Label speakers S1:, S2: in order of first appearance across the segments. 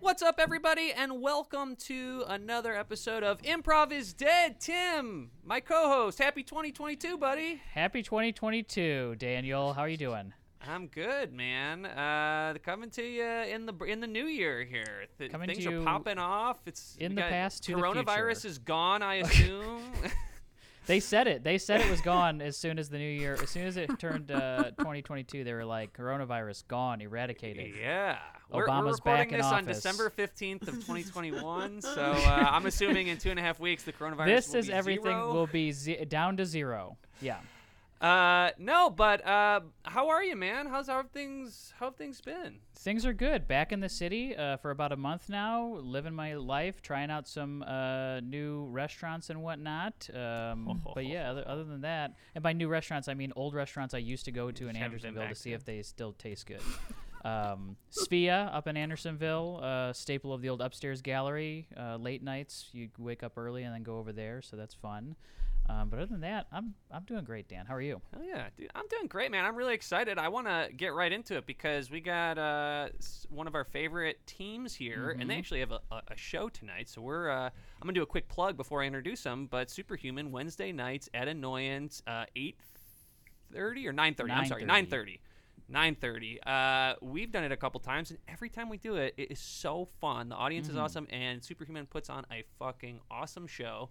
S1: What's up, everybody, and welcome to another episode of Improv is Dead. Tim, my co host, happy 2022, buddy.
S2: Happy 2022, Daniel. How are you doing?
S1: I'm good, man. Uh, coming to you in the in the new year here. Th-
S2: Coming
S1: things
S2: to
S1: are
S2: you
S1: popping off. It's
S2: in
S1: we
S2: the
S1: got-
S2: past to the
S1: Coronavirus
S2: future.
S1: is gone, I assume.
S2: They said it. They said it was gone as soon as the new year, as soon as it turned uh, 2022. They were like, coronavirus gone, eradicated.
S1: yeah. We're, we're
S2: Obama's
S1: recording
S2: back in
S1: this on
S2: office.
S1: December 15th of 2021, so uh, I'm assuming in two and a half weeks the coronavirus
S2: This
S1: will
S2: is
S1: be
S2: everything
S1: zero.
S2: will be ze- down to zero. Yeah.
S1: Uh, no, but uh, how are you, man? How's how have things? How have things been?
S2: Things are good. Back in the city uh, for about a month now, living my life, trying out some uh, new restaurants and whatnot. Um, but yeah, other, other than that, and by new restaurants, I mean old restaurants I used to go to in
S1: haven't been
S2: Andersonville
S1: back
S2: to see
S1: to.
S2: if they still taste good. um, Spia up in Andersonville, uh, staple of the old upstairs gallery. Uh, late nights, you wake up early and then go over there, so that's fun. Um, but other than that, I'm I'm doing great, Dan. How are you?
S1: Oh yeah, dude, I'm doing great, man. I'm really excited. I want to get right into it because we got uh, s- one of our favorite teams here, and they actually have a, a, a show tonight. So we're uh, I'm gonna do a quick plug before I introduce them. But Superhuman Wednesday nights at Annoyance, uh, eight thirty or nine thirty. I'm sorry, nine
S2: 9:30.
S1: thirty. 9:30. Uh, we've done it a couple times, and every time we do it, it is so fun. The audience
S2: Mm-hmm.
S1: is awesome, and Superhuman puts on a fucking awesome show.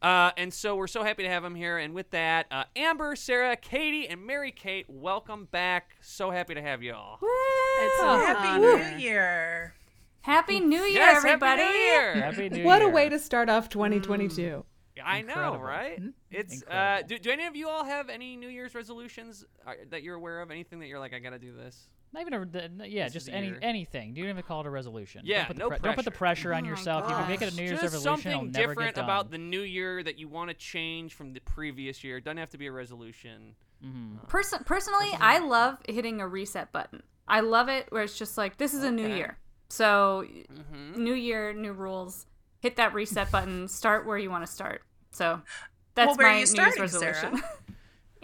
S1: Uh, and so we're so happy to have him here. And with that, uh, Amber, Sarah, Katie, and Mary Kate, welcome back. So happy to have you all.
S3: It's a
S4: Happy New Year.
S5: Happy New Year,
S1: yes,
S5: everybody!
S1: Happy New Year.
S2: Happy New
S3: What a
S2: Year.
S3: way to start off 2022.
S1: I know,
S2: Incredible.
S1: right? It's uh,
S2: Incredible.
S1: do, do any of you all have any New Year's resolutions uh, that you're aware of? Anything that you're like, I gotta do this?
S2: Not even a the- n- yeah,
S1: This is
S2: just
S1: the
S2: any
S1: year.
S2: anything. You don't even call it a resolution.
S1: Yeah,
S2: don't put the
S1: no
S2: Don't put the pressure on
S5: Oh my
S2: yourself. You can make it a
S5: gosh.
S2: New Year's
S1: Just
S2: resolution.
S1: something
S2: it'll never
S1: different
S2: get done.
S1: about the new year that you want to change from the previous year. It doesn't have to be a resolution.
S5: Pers- personally, I love hitting a reset button. I love it where it's just like this is a new
S1: Okay.
S5: year. So,
S4: Mm-hmm.
S5: new year, new rules. Hit that reset button. Start where you want to start. So, that's
S4: where are
S5: my
S4: you
S5: New
S4: starting,
S5: Year's resolution.
S4: Sarah?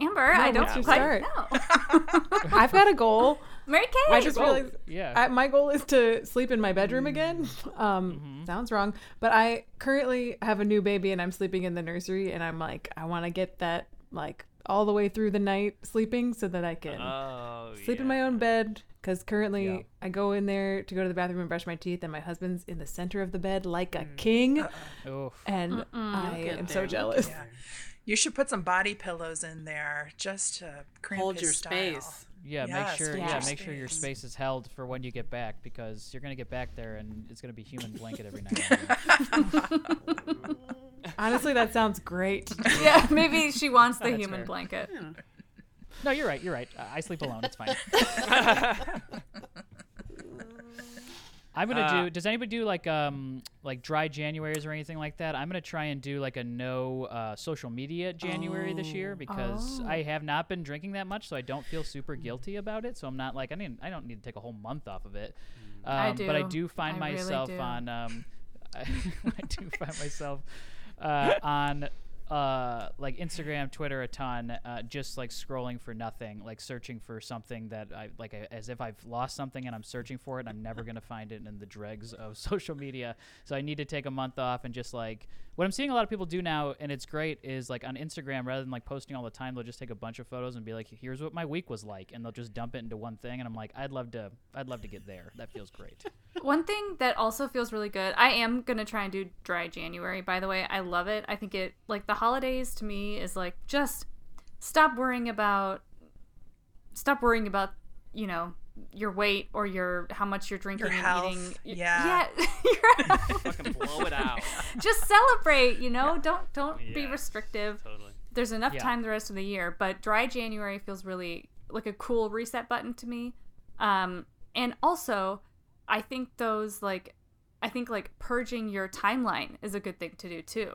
S5: Amber, I don't
S3: what's your
S5: quite know.
S2: Mm.
S3: I've got a goal.
S5: Mary Kate.
S3: I just realized
S2: yeah.
S3: I, my goal is to sleep in my bedroom again.
S2: Mm.
S3: Um,
S2: Mm-hmm.
S3: Sounds wrong, but I currently have a new baby and I'm sleeping in the nursery, and I'm like, I want to get that like all the way through the night sleeping so that I can
S1: Oh,
S3: sleep in my own bed. Because currently I go in there to go to the bathroom and brush my teeth, and my husband's in the center of the bed like a
S2: Mm.
S3: king,
S2: Uh-uh. Oof.
S3: and I am so jealous.
S4: You should put some body pillows in there just to cramp
S6: Hold
S4: his
S6: your
S4: style.
S6: space.
S2: Yeah, make
S4: Yes,
S2: sure.
S4: watch
S2: Yeah,
S4: your
S2: make sure your
S4: space.
S2: space is held for when you get back because you're gonna get back there and it's gonna be human blanket every night. and then.
S3: Honestly, that sounds great.
S5: yeah, maybe she wants the human
S2: fair.
S5: blanket.
S2: no, you're right. You're right. Uh, I I sleep alone. It's fine. I'm gonna
S1: Uh,
S2: do. Does anybody do like um like dry Januaries or anything like that? I'm gonna try and do like a no uh, social media January this
S5: Oh.
S2: year because I have not been drinking that much, so I don't feel super guilty about it. So I'm not like I mean I don't need to take a whole month off of it. Um,
S5: I
S2: But I
S5: do.
S2: do find
S5: I really
S2: myself
S5: do.
S2: on um, I, I do find myself uh, on uh like Instagram, Twitter a ton, uh, just like scrolling for nothing, like searching for something that I like I- as if I've lost something and I'm searching for it and I'm never gonna find it in the dregs of social media. So I need to take a month off and just like what I'm seeing a lot of people do now and it's great is like on Instagram rather than like posting all the time, they'll just take a bunch of photos and be like, here's what my week was like and they'll just dump it into one thing and I'm like, I'd love to I'd love to get there. That feels great.
S5: One thing that also feels really good. I am gonna try and do dry January. By the way, I love it. I think it like the holidays to me is like just stop worrying about stop worrying about you know your weight or your how much you're drinking
S4: Your
S5: and
S4: health.
S5: eating. Y-
S4: Yeah.
S5: yeah. your health.
S1: Fucking blow it out.
S5: just celebrate. You know, don't don't be
S1: Yes.
S5: restrictive
S1: Totally.
S5: there's enough
S2: Yeah.
S5: time the rest of the year, but dry January feels really like a cool reset button to me. Um, and also, I think those like, I think like purging your timeline is a good thing to do too.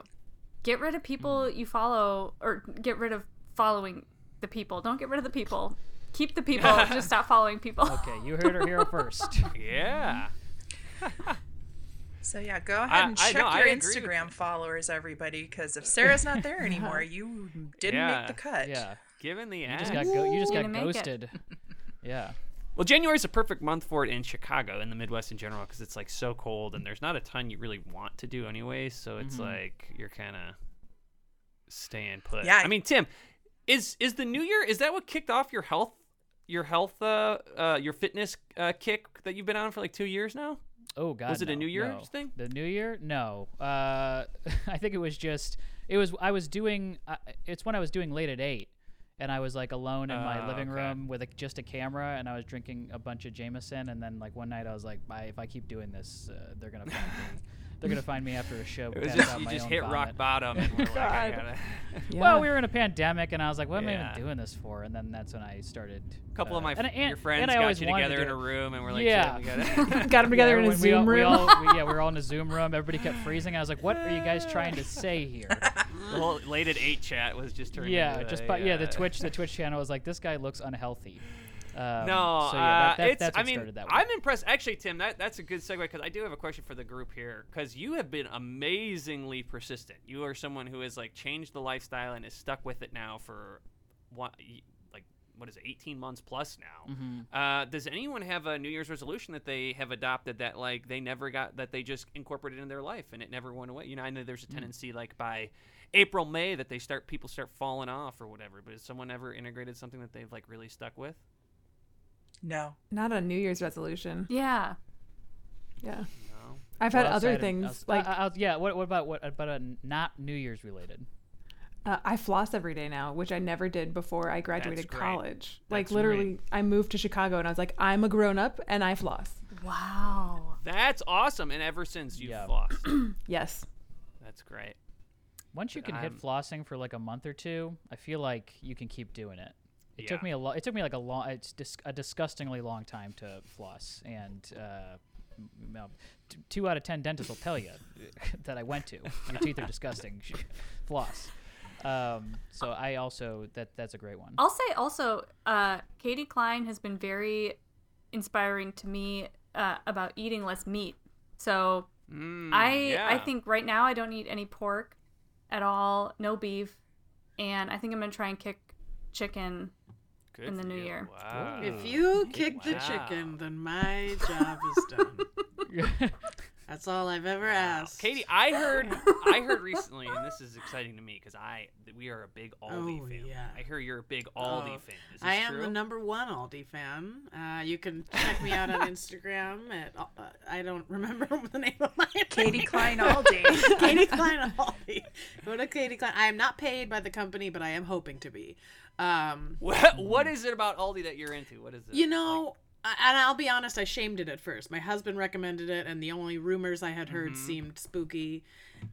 S5: Get rid of people
S2: Mm-hmm.
S5: you follow, or get rid of following the people. Don't get rid of the people. Keep the people. just stop following people.
S2: Okay, you heard her here first.
S1: Yeah.
S4: So yeah, go ahead and
S1: I- I
S4: check
S1: know, I
S4: your
S1: agree with
S4: Instagram followers, everybody, because if Sarah's not there anymore, you didn't
S1: Yeah.
S4: make the cut.
S2: Yeah.
S1: Given the
S2: You just
S1: ass.
S2: got go- you just got
S5: Way to make it.
S2: ghosted. Yeah.
S1: Well, January is a perfect month for it in Chicago and the Midwest in general because it's like so cold and there's not a ton you really want to do anyway. So it's like you're kind of staying put.
S4: Yeah.
S1: I mean, Tim, is is the new year? Is that what kicked off your health, your health, uh, uh your fitness uh, kick that you've been on for like two years now?
S2: Oh God,
S1: Was it a
S2: no,
S1: New Year's
S2: no.
S1: thing?
S2: The New Year? No. Uh, I think it was just it was I was doing uh, it's when I was doing late at eight, and I was like alone in my
S1: Oh,
S2: living
S1: okay.
S2: room with a, just a camera, and I was drinking a bunch of Jameson, and then like one night I was like, I, if I keep doing this, uh, they're gonna find me. They're gonna find me after a show.
S1: It was
S2: passed
S1: just
S2: out
S1: you
S2: my
S1: just
S2: own
S1: hit rock
S2: vomit.
S1: bottom. And we're like, I
S3: God.
S1: gotta.
S3: Yeah.
S2: Well, we were in a pandemic, and I was like, "What am I
S1: Yeah.
S2: even doing this for?" And then that's when I started.
S1: A couple
S2: uh,
S1: of my
S2: and I- and-
S1: your friends
S2: and I
S1: got
S2: always
S1: you
S2: wanted to
S1: together
S2: do
S1: in a
S2: it.
S1: room and we're like, "Jim,
S2: Yeah.
S1: we gotta.
S3: got them together in a
S2: when we all-
S3: Zoom
S2: we
S3: room.
S2: all- we- yeah, we were all in a Zoom room. Everybody kept freezing. I was like, "What are you guys trying to say here?"
S1: the whole late at eight chat was just turned.
S2: yeah,
S1: into
S2: just
S1: a,
S2: by, yeah, the
S1: uh,
S2: Twitch, the Twitch channel was like, "This guy looks unhealthy." Um,
S1: No,
S2: so yeah,
S1: uh,
S2: that, that,
S1: it's.
S2: that's what
S1: I mean,
S2: started that.
S1: I'm impressed. Actually, Tim, that, that's a good segue because I do have a question for the group here because you have been amazingly persistent. You are someone who has like changed the lifestyle and is stuck with it now for one, like what is it, 18 months plus now.
S2: hmm
S1: Uh, does anyone have a New Year's resolution that they have adopted that like they never got that they just incorporated into their life and it never went away? You know, I know
S2: Mm.
S1: there's a tendency like by April, May that they start people start falling off or whatever. But has someone ever integrated something that they've like really stuck with?
S4: No.
S3: Not a New Year's resolution.
S5: Yeah.
S3: Yeah.
S1: No.
S3: I've had other things like
S2: uh, yeah. What, what about what about a not New Year's related?
S3: Uh, I floss every day now, which I never did before I graduated
S1: great.
S3: college. Like
S1: That's
S3: literally, I moved to Chicago and I was like, I'm a grown up and I floss.
S5: Wow.
S1: That's awesome. And ever since you've
S2: Yeah.
S1: lost,
S3: Yes,
S1: that's great.
S2: Once you can hit
S1: I'm-
S2: flossing for like a month or two, I feel like you can keep doing it. It took
S1: Yeah.
S2: me a lot. It took me like a long, it's dis- a disgustingly long time to floss, and uh, m- m- t- two out of ten dentists will tell you that I went to. Your teeth are disgusting. You should floss. Um, so I also that that's a great one.
S6: Oh.
S5: I'll say also, uh, Katie Klein has been very inspiring to me uh, about eating less meat. So
S1: Mm,
S4: Hmm,
S5: I I
S1: yeah.
S5: think right now I don't eat any pork at all, no beef, and I think I'm gonna try and kick chicken.
S1: Good
S5: in the
S1: for
S5: new
S1: you.
S5: year.
S1: Wow.
S6: If you kick the
S1: Wow.
S6: chicken, then my job is done. That's all I've ever asked.
S1: Katie, I heard I heard recently, and this is exciting to me because I we are a big Aldi
S6: Oh,
S1: fan.
S6: yeah.
S1: I hear you're a big Aldi
S6: Oh,
S1: fan. Is this
S6: I am
S1: true?
S6: the number one Aldi fan. Uh, you can check me out on Instagram at uh, I don't remember the name of my
S4: Katie Klein
S1: Um,
S4: Aldi.
S6: Katie Klein Aldi. Go to Katie Klein. I am not paid by the company, but I am hoping to be. Um,
S1: What, what is it about Aldi that you're into? What is it?
S6: you know, I- and I'll be honest, I shamed it at first. My husband recommended it, and the only rumors I had heard
S1: Mm-hmm.
S6: seemed spooky.
S1: Like,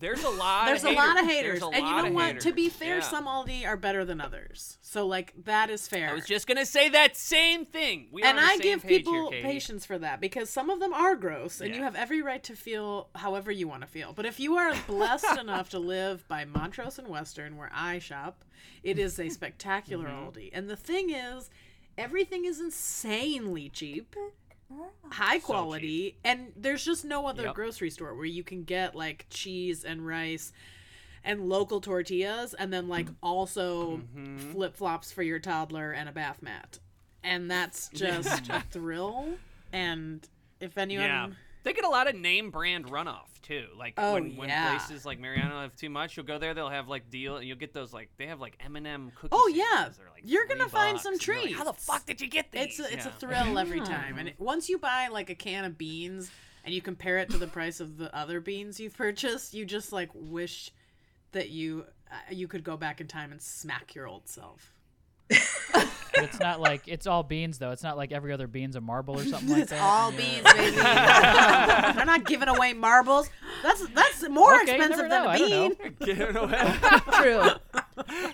S1: there's a lot.
S6: There's
S1: of
S6: a lot of
S1: There's
S6: haters,
S1: a
S6: and you
S1: lot
S6: know
S1: of
S6: what? To be
S1: haters.
S6: fair,
S1: Yeah.
S6: some Aldi are better than others. So like that is fair.
S1: I was just gonna say that same thing. We are
S6: and
S1: on the
S6: I
S1: same
S6: give
S1: page here,
S6: people
S1: Katie.
S6: patience for that because some of them are gross, and you
S1: Yeah.
S6: have every right to feel however you want to feel. But if you are blessed enough to live by Montrose and Western, where I shop, it is a spectacular
S1: Mm-hmm.
S6: Aldi. And the thing is, everything is insanely cheap, high quality, and there's just no other
S1: Yep.
S6: grocery store where you can get like cheese and rice and local tortillas and then
S1: Mm.
S6: like also
S1: Mm-hmm.
S6: flip-flops for your toddler and a bath mat and that's just a thrill and if anyone
S1: Yeah. They get a lot of name brand runoff too. Like
S6: Oh,
S1: when, when
S6: yeah.
S1: places like Mariano have too much, you'll go there. They'll have like deal. You'll get those like they have like M and M cookies.
S6: Oh, yeah. You're gonna
S1: going
S6: find some
S1: How the
S6: treats.
S1: fuck did you get these?
S6: it's a,
S1: Yeah.
S6: it's a thrill every time and it, once you buy like a can of beans and you compare it to the price of the other beans you've purchased you just like wish that you uh, you could go back in time and smack your old self
S2: But it's not like it's all beans though. It's not like every other bean's a marble or something like
S6: it's
S2: that.
S6: all
S2: Yeah.
S6: beans baby they're not giving away marbles that's that's more
S2: Okay, you never
S6: expensive
S2: know, I
S6: than a
S2: don't know.
S6: bean
S1: Give it away.
S3: true.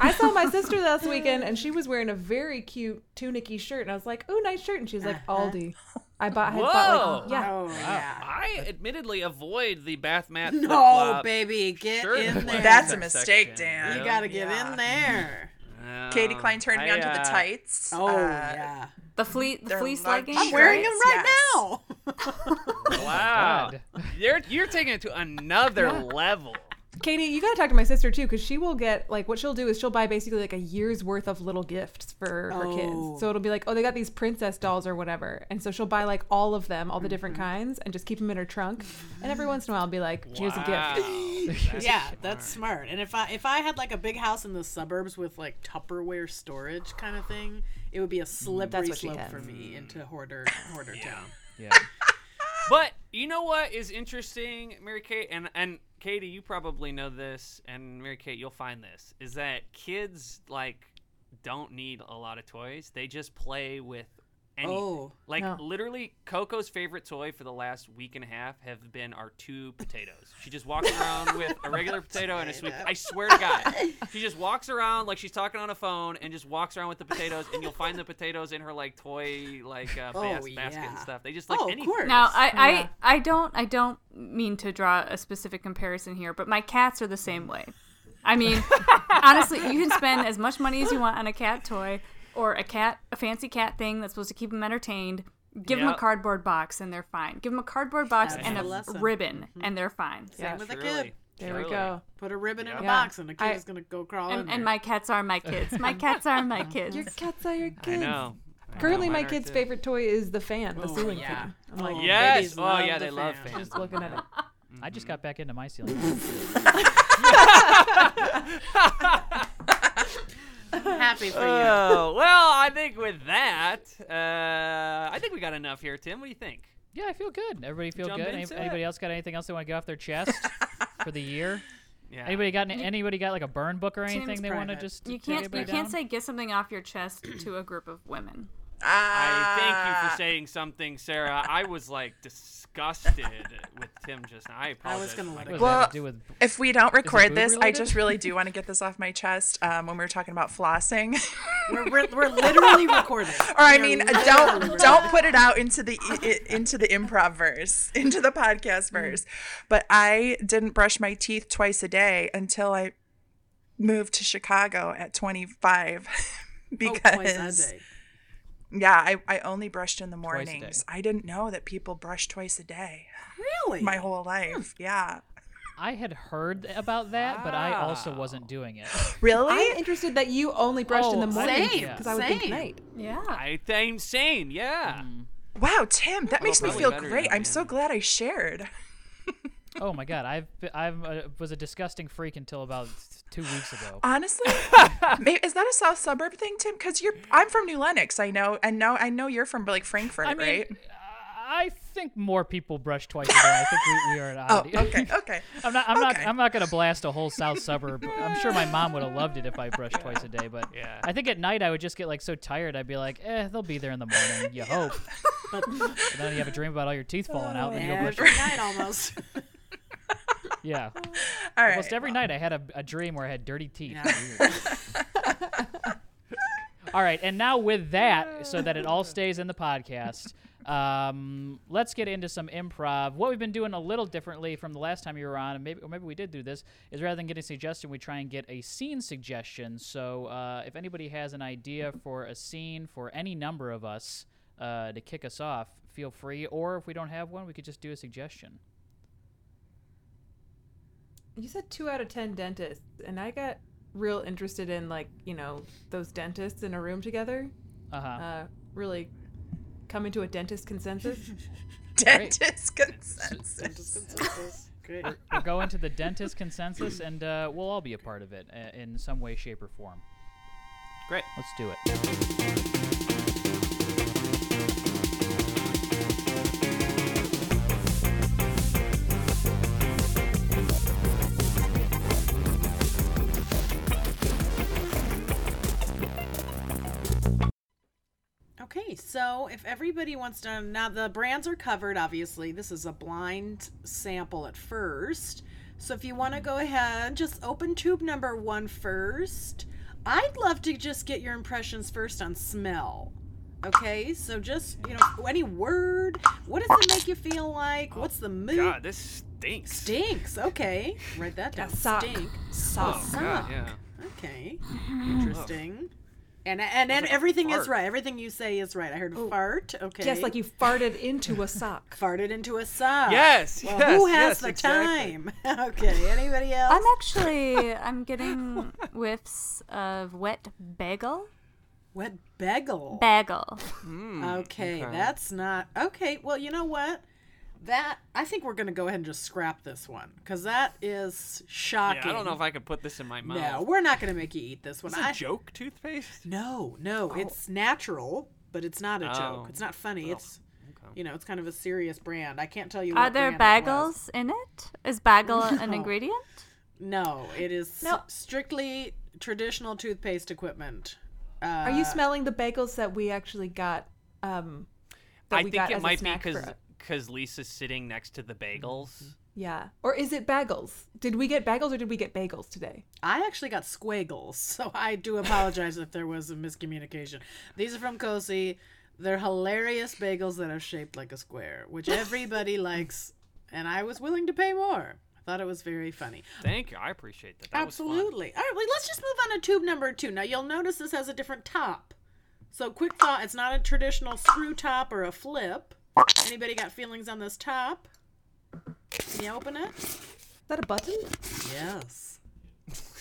S3: I saw my sister last weekend and she was wearing a very cute tunicky shirt and I was like, "Oh, nice shirt!" And she's like, "Aldi." I bought. I bought
S1: Uh-huh. Whoa.
S3: like, yeah.
S6: oh yeah
S1: I admittedly avoid the bath mat.
S6: No,
S1: flip-flop
S6: baby, get
S1: shirt
S6: in there.
S4: That's a
S1: That
S4: mistake,
S1: section.
S4: Dan.
S6: you gotta get
S4: Yeah.
S6: in there.
S4: Katie
S1: Um,
S4: Klein turned me
S1: I,
S4: on to the
S1: uh,
S4: tights.
S6: Oh
S4: Uh,
S6: yeah,
S5: The flea the
S4: They're
S5: fleece
S4: large
S5: leggings.
S6: I'm wearing them
S4: shirts,
S6: right
S4: yes.
S6: now.
S1: Wow,
S2: God.
S1: you're you're taking it to another level.
S3: Katie, you got to talk to my sister too, because she will get like what she'll do is she'll buy basically like a year's worth of little gifts for her
S6: Oh.
S3: kids. So it'll be like, oh, they got these princess dolls or whatever, and so she'll buy like all of them, all the different kinds, and just keep them in her trunk. And every once in a while, I'll be like, here's a gift.
S1: That's
S6: yeah, that's smart. And if I if I had like a big house in the suburbs with like Tupperware storage kind of thing, it would be a slippery
S3: what she
S6: slope
S3: had.
S6: for me into hoarder hoarder town.
S2: Yeah.
S1: But you know what is interesting, Mary Kate, and and Katie, you probably know this, and Mary Kate, you'll find this is that kids like don't need a lot of toys. They just play with anything.
S6: Oh.
S1: like
S3: No.
S1: literally, Coco's favorite toy for the last week and a half have been our two potatoes. She just walks around with a regular potato and a sweet. I swear to God, she just walks around like she's talking on a phone and just walks around with the potatoes, and you'll find the potatoes in her like toy like uh,
S6: Oh,
S1: bas- basket
S6: yeah.
S1: and stuff. They just like
S6: oh, of
S1: anything.
S6: course.
S5: Now, I, I, I don't I don't mean to draw a specific comparison here, but my cats are the same way. I mean, honestly, you can spend as much money as you want on a cat toy or a cat a fancy cat thing that's supposed to keep them entertained. Give them
S1: Yep.
S5: a cardboard box and they're fine. Give them a cardboard box
S6: That's
S5: and a
S6: a lesson.
S5: ribbon and they're fine.
S6: Same with a
S1: Surely.
S6: kid.
S3: There we
S1: Surely.
S3: go.
S6: Put a ribbon in a
S1: Yeah.
S6: box and the kid
S3: I-
S6: is gonna go crawl in
S5: And,
S6: there.
S5: and my cats are my kids. My cats are my kids.
S3: Your cats are your kids.
S1: I know. I
S3: Currently,
S1: know,
S3: my
S1: mine are
S3: kid's
S1: too.
S3: favorite toy is the fan, the
S6: Oh,
S3: ceiling
S6: yeah.
S3: fan. I'm like,
S6: Oh,
S1: Yes.
S6: babies
S1: Oh
S6: love
S1: yeah,
S6: the
S1: they love
S6: fan.
S1: fans.
S3: just looking at it.
S2: I just got back into my ceiling.
S6: happy for you.
S1: Oh well, I think with that, uh, I think we got enough here, Tim. What do you think?
S2: yeah, I feel good. Everybody feel
S1: Jump
S2: good. Any-
S1: into it.
S2: anybody else got anything else they want to get off their chest for the year?
S1: Yeah.
S2: Anybody got any- anybody got like a burn book or
S5: Tim's
S2: anything they want to
S6: private.
S2: just
S5: you
S2: take
S5: can't
S2: everybody
S5: you can't
S2: down?
S5: say get something off your chest to a group of women.
S1: I thank
S6: Uh,
S1: you for saying something, Sarah. I was like disgusted with Tim just now. I apologize.
S6: gonna
S1: for
S6: let
S1: my-
S2: What
S1: Well,
S2: does that have
S4: Well-
S2: to do with
S4: If we don't record
S2: boob
S4: this, I
S2: related?
S4: just really do want to get this off my chest. Um, when we were talking about flossing,
S6: We're, we're, we're literally recording.
S4: or I
S6: We are
S4: mean,
S6: literally
S4: don't
S6: recording.
S4: don't put it out into the i- i- into the improv verse, into the
S6: Mm.
S4: podcast verse. But I didn't brush my teeth twice a day until I moved to Chicago at 25
S6: Oh,
S4: because
S6: twice a day.
S4: yeah, I, I only brushed in the
S2: a day.
S4: mornings. I didn't know that people brush twice a day
S6: Really?
S4: my whole life.
S6: Hmm.
S4: Yeah.
S2: I had heard about that, but I also wasn't doing it.
S3: I'm
S4: Really?
S3: interested that you only brushed in
S2: Oh,
S3: the morning
S2: same,
S3: because I would think
S6: same.
S3: night.
S5: Yeah.
S1: I same same. Yeah.
S3: Mm-hmm.
S4: Wow, Tim, that makes me
S1: probably
S4: feel
S1: better
S4: great.
S1: than
S4: I'm
S1: me.
S4: so glad I shared.
S2: Oh my god, I've I uh, was a disgusting freak until about two weeks ago.
S4: Honestly, may is that a South Suburb thing, Tim? Because you're, I'm from New Lenox, I know, and now I know you're from like Frankfurt,
S2: I mean,
S4: right?
S2: I think more people brush twice a day. I think we, we are an
S4: Oh,
S2: oddity.
S4: okay, okay.
S2: I'm not. I'm
S4: Okay.
S2: not. I'm not gonna blast a whole South suburb. I'm sure my mom would have loved it if I brushed twice a day. But
S1: Yeah.
S2: I think at night I would just get like so tired. I'd be like, eh, they'll be there in the morning. You hope. But then you have a dream about all your teeth falling out. Then you go brush.
S6: Every night almost.
S2: Yeah.
S4: All right.
S2: Almost every night I had a, a dream where I had dirty teeth.
S6: Yeah.
S2: All right, and now with that, so that it all stays in the podcast, um, let's get into some improv. What we've been doing a little differently from the last time you were on, and maybe or maybe we did do this, is rather than getting a suggestion, we try and get a scene suggestion. So uh, if anybody has an idea for a scene for any number of us uh, to kick us off, feel free. Or if we don't have one, we could just do a suggestion.
S3: You said two out of ten dentists, and I got real interested in like you know those dentists in a room together,
S2: Uh-huh.
S3: uh, really coming to a dentist consensus.
S4: Dentist consensus.
S6: Great.
S2: We'll go into the dentist consensus, and uh, we'll all be a part of it uh, in some way, shape, or form.
S1: Great.
S2: Let's do it.
S6: Okay, so if everybody wants to now the brands are covered obviously. This is a blind sample at first. So if you want to go ahead, just open tube number one first. I'd love to just get your impressions first on smell. Okay, so just you know any word. What does it make you feel like? What's the mood?
S1: God, Ah, this stinks.
S6: Stinks. Okay, write that down.
S3: sock.
S6: Stink.
S1: Oh,
S3: Sock.
S1: God,
S6: Suck.
S1: yeah.
S6: Okay, interesting. And and, and
S1: Mm-hmm. like a
S6: everything is
S1: fart. Oh.
S6: right. Everything you say is right. I heard a fart. Okay.
S3: Yes, like you farted into a sock.
S6: farted into a sock.
S1: Yes,
S6: Well,
S1: yes,
S6: who has
S1: yes,
S6: the
S1: exactly.
S6: time? okay. Anybody else?
S5: I'm actually I'm getting whiffs of wet bagel.
S6: Wet bagel.
S5: Bagel.
S6: okay, that's not okay. Well, you know what? That I think we're gonna go ahead and just scrap this one because that is shocking.
S1: Yeah, I don't know if I could put this in my mouth.
S6: No, we're not gonna make you eat this one.
S1: Is this
S6: I-
S1: a joke toothpaste?
S6: No, no, it's natural, but it's not a
S1: Oh.
S6: joke. It's not funny. It's you know, it's kind of a serious brand. I can't tell you.
S5: Are
S6: what
S5: there
S6: brand it was.
S5: bagels in it? Is bagel an
S6: No.
S5: ingredient?
S6: No, it is
S5: No.
S6: strictly traditional toothpaste equipment. Uh,
S3: Are you smelling the bagels that we actually got? Um, that
S1: I
S3: we
S1: think it
S3: got as a Mm-hmm.
S1: might be
S3: snack for
S1: because
S3: us?
S1: because Lisa's sitting next to the bagels.
S3: Yeah. Or is it bagels? Did we get bagels or did we get bagels today?
S6: I actually got squiggles, so I do apologize if there was a miscommunication. These are from Cozy. They're hilarious bagels that are shaped like a square, which everybody likes, and I was willing to pay more. I thought it was very funny.
S1: Thank you. I appreciate that. that Was fun.
S6: Absolutely. All right, well, let's just move on to tube number two. Now, you'll notice this has a different top. So, quick thought it's not a traditional screw top or a flip. Anybody got feelings on this top? Can you open it?
S3: Is that a button?
S6: Yes.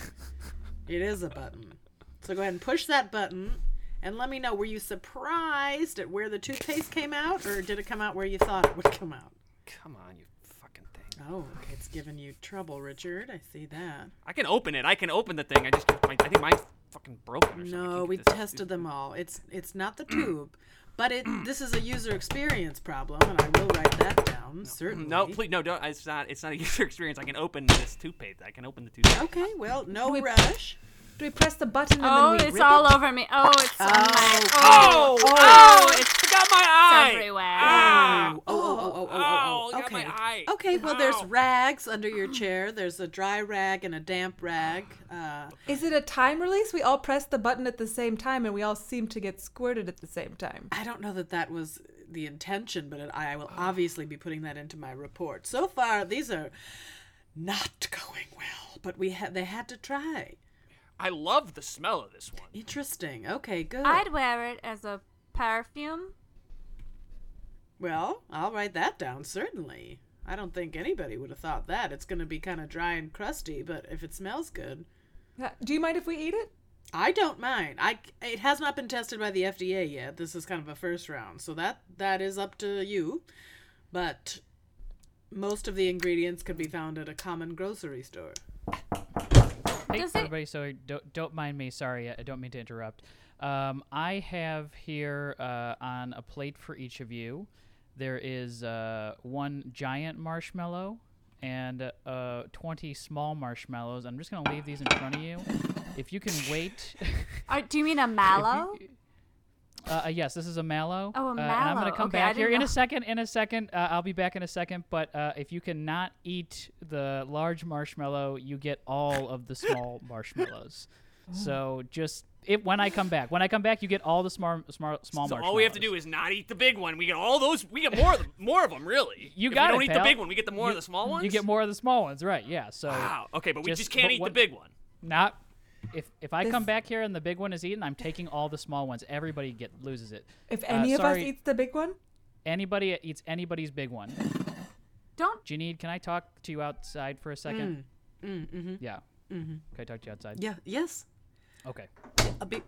S6: it is a button. So go ahead and push that button and let me know were you surprised at where the toothpaste came out or did it come out where you thought it would come out?
S1: Come on, you fucking thing.
S6: Oh, it's giving you trouble, Richard. I see that.
S1: I can open it. I can open the thing. I just my, I think mine's fucking broken. Or something. I
S6: No,
S1: can't
S6: we
S1: get this-
S6: tested them all. It's it's not the tube, but it this is a user experience problem and I will write that down. Certainly.
S1: No, please, no, don't. It's not. It's not a user experience. I can open this toothpaste. I can open the toothpaste.
S6: Okay, well, no
S3: we-
S6: rush.
S3: Do we press the button and then
S5: Oh,
S3: we
S5: it's
S3: rip
S5: all
S3: it?
S5: over me. Oh, it's on my.
S1: Oh,
S6: Oh.
S5: oh,
S1: oh,
S5: it's
S1: it's got my eye.
S5: everywhere.
S1: Ah.
S6: Oh, oh, oh, oh, oh, oh,
S1: Ow,
S6: oh.
S1: got my
S6: Okay.
S1: eye.
S6: Okay, well, there's
S1: Ow.
S6: rags under your chair. There's a dry rag and a damp rag. Uh,
S3: Is it a time release? We all press the button at the same time and we all seem to get squirted at the same time.
S6: I don't know that that was the intention, but it, I will obviously be putting that into my report. So far, these are not going well, but we had they had to try.
S1: I love the smell of this one.
S6: Interesting. Okay, good.
S5: I'd wear it as a perfume.
S6: Well, I'll write that down, certainly. I don't think anybody would have thought that. It's going to be kind of dry and crusty, but if it smells good,
S3: Uh, Do you mind if we eat it?
S6: I don't mind. I it has not been tested by the FDA yet. This is kind of a first round, so that that is up to you. But most of the ingredients could be found at a common grocery store.
S2: Hey,
S5: Does it-
S2: everybody, so don't, don't mind me. Sorry, I don't mean to interrupt. Um, I have here uh, on a plate for each of you, there is uh, one giant marshmallow and uh, 20 small marshmallows. I'm just going to leave these in front of you. If you can wait.
S5: Or, do you mean a mallow?
S2: Uh, uh, yes, this is a mallow.
S5: Oh, a
S2: uh, and I'm going
S5: mallow.
S2: to come
S5: Okay, I
S2: back here
S5: didn't
S2: in a
S5: know.
S2: second. In a second, uh, I'll be back in a second. But uh, if you cannot eat the large marshmallow, you get all of the small marshmallows. So just it when I come back. When I come back, you get all the small small small
S1: So
S2: marshmallows.
S1: all we have to do is not eat the big one. We get all those. We get more of them. More of them, really.
S2: You
S1: if
S2: got
S1: we don't
S2: it,
S1: eat
S2: pal.
S1: the big one. We get the more of
S2: You-
S1: the small ones.
S2: You get more of the small ones, right? Yeah. So
S1: Wow. Okay, but we
S2: Just-
S1: just, can't
S2: but
S1: eat
S2: what-
S1: the big one.
S2: not if if I come
S3: This-
S2: back here and the big one is eaten, I'm taking all the small ones. Everybody get loses it.
S3: If
S2: Uh,
S3: any of us
S2: sorry.
S3: eats the big one,
S2: Anybody that eats anybody's big one.
S5: Don't.
S2: Janine, can I talk to you outside for a second?
S6: Mm, hmm
S2: Yeah. Can I talk to you outside?
S6: Yeah. Yes.
S2: Okay.
S6: A bit.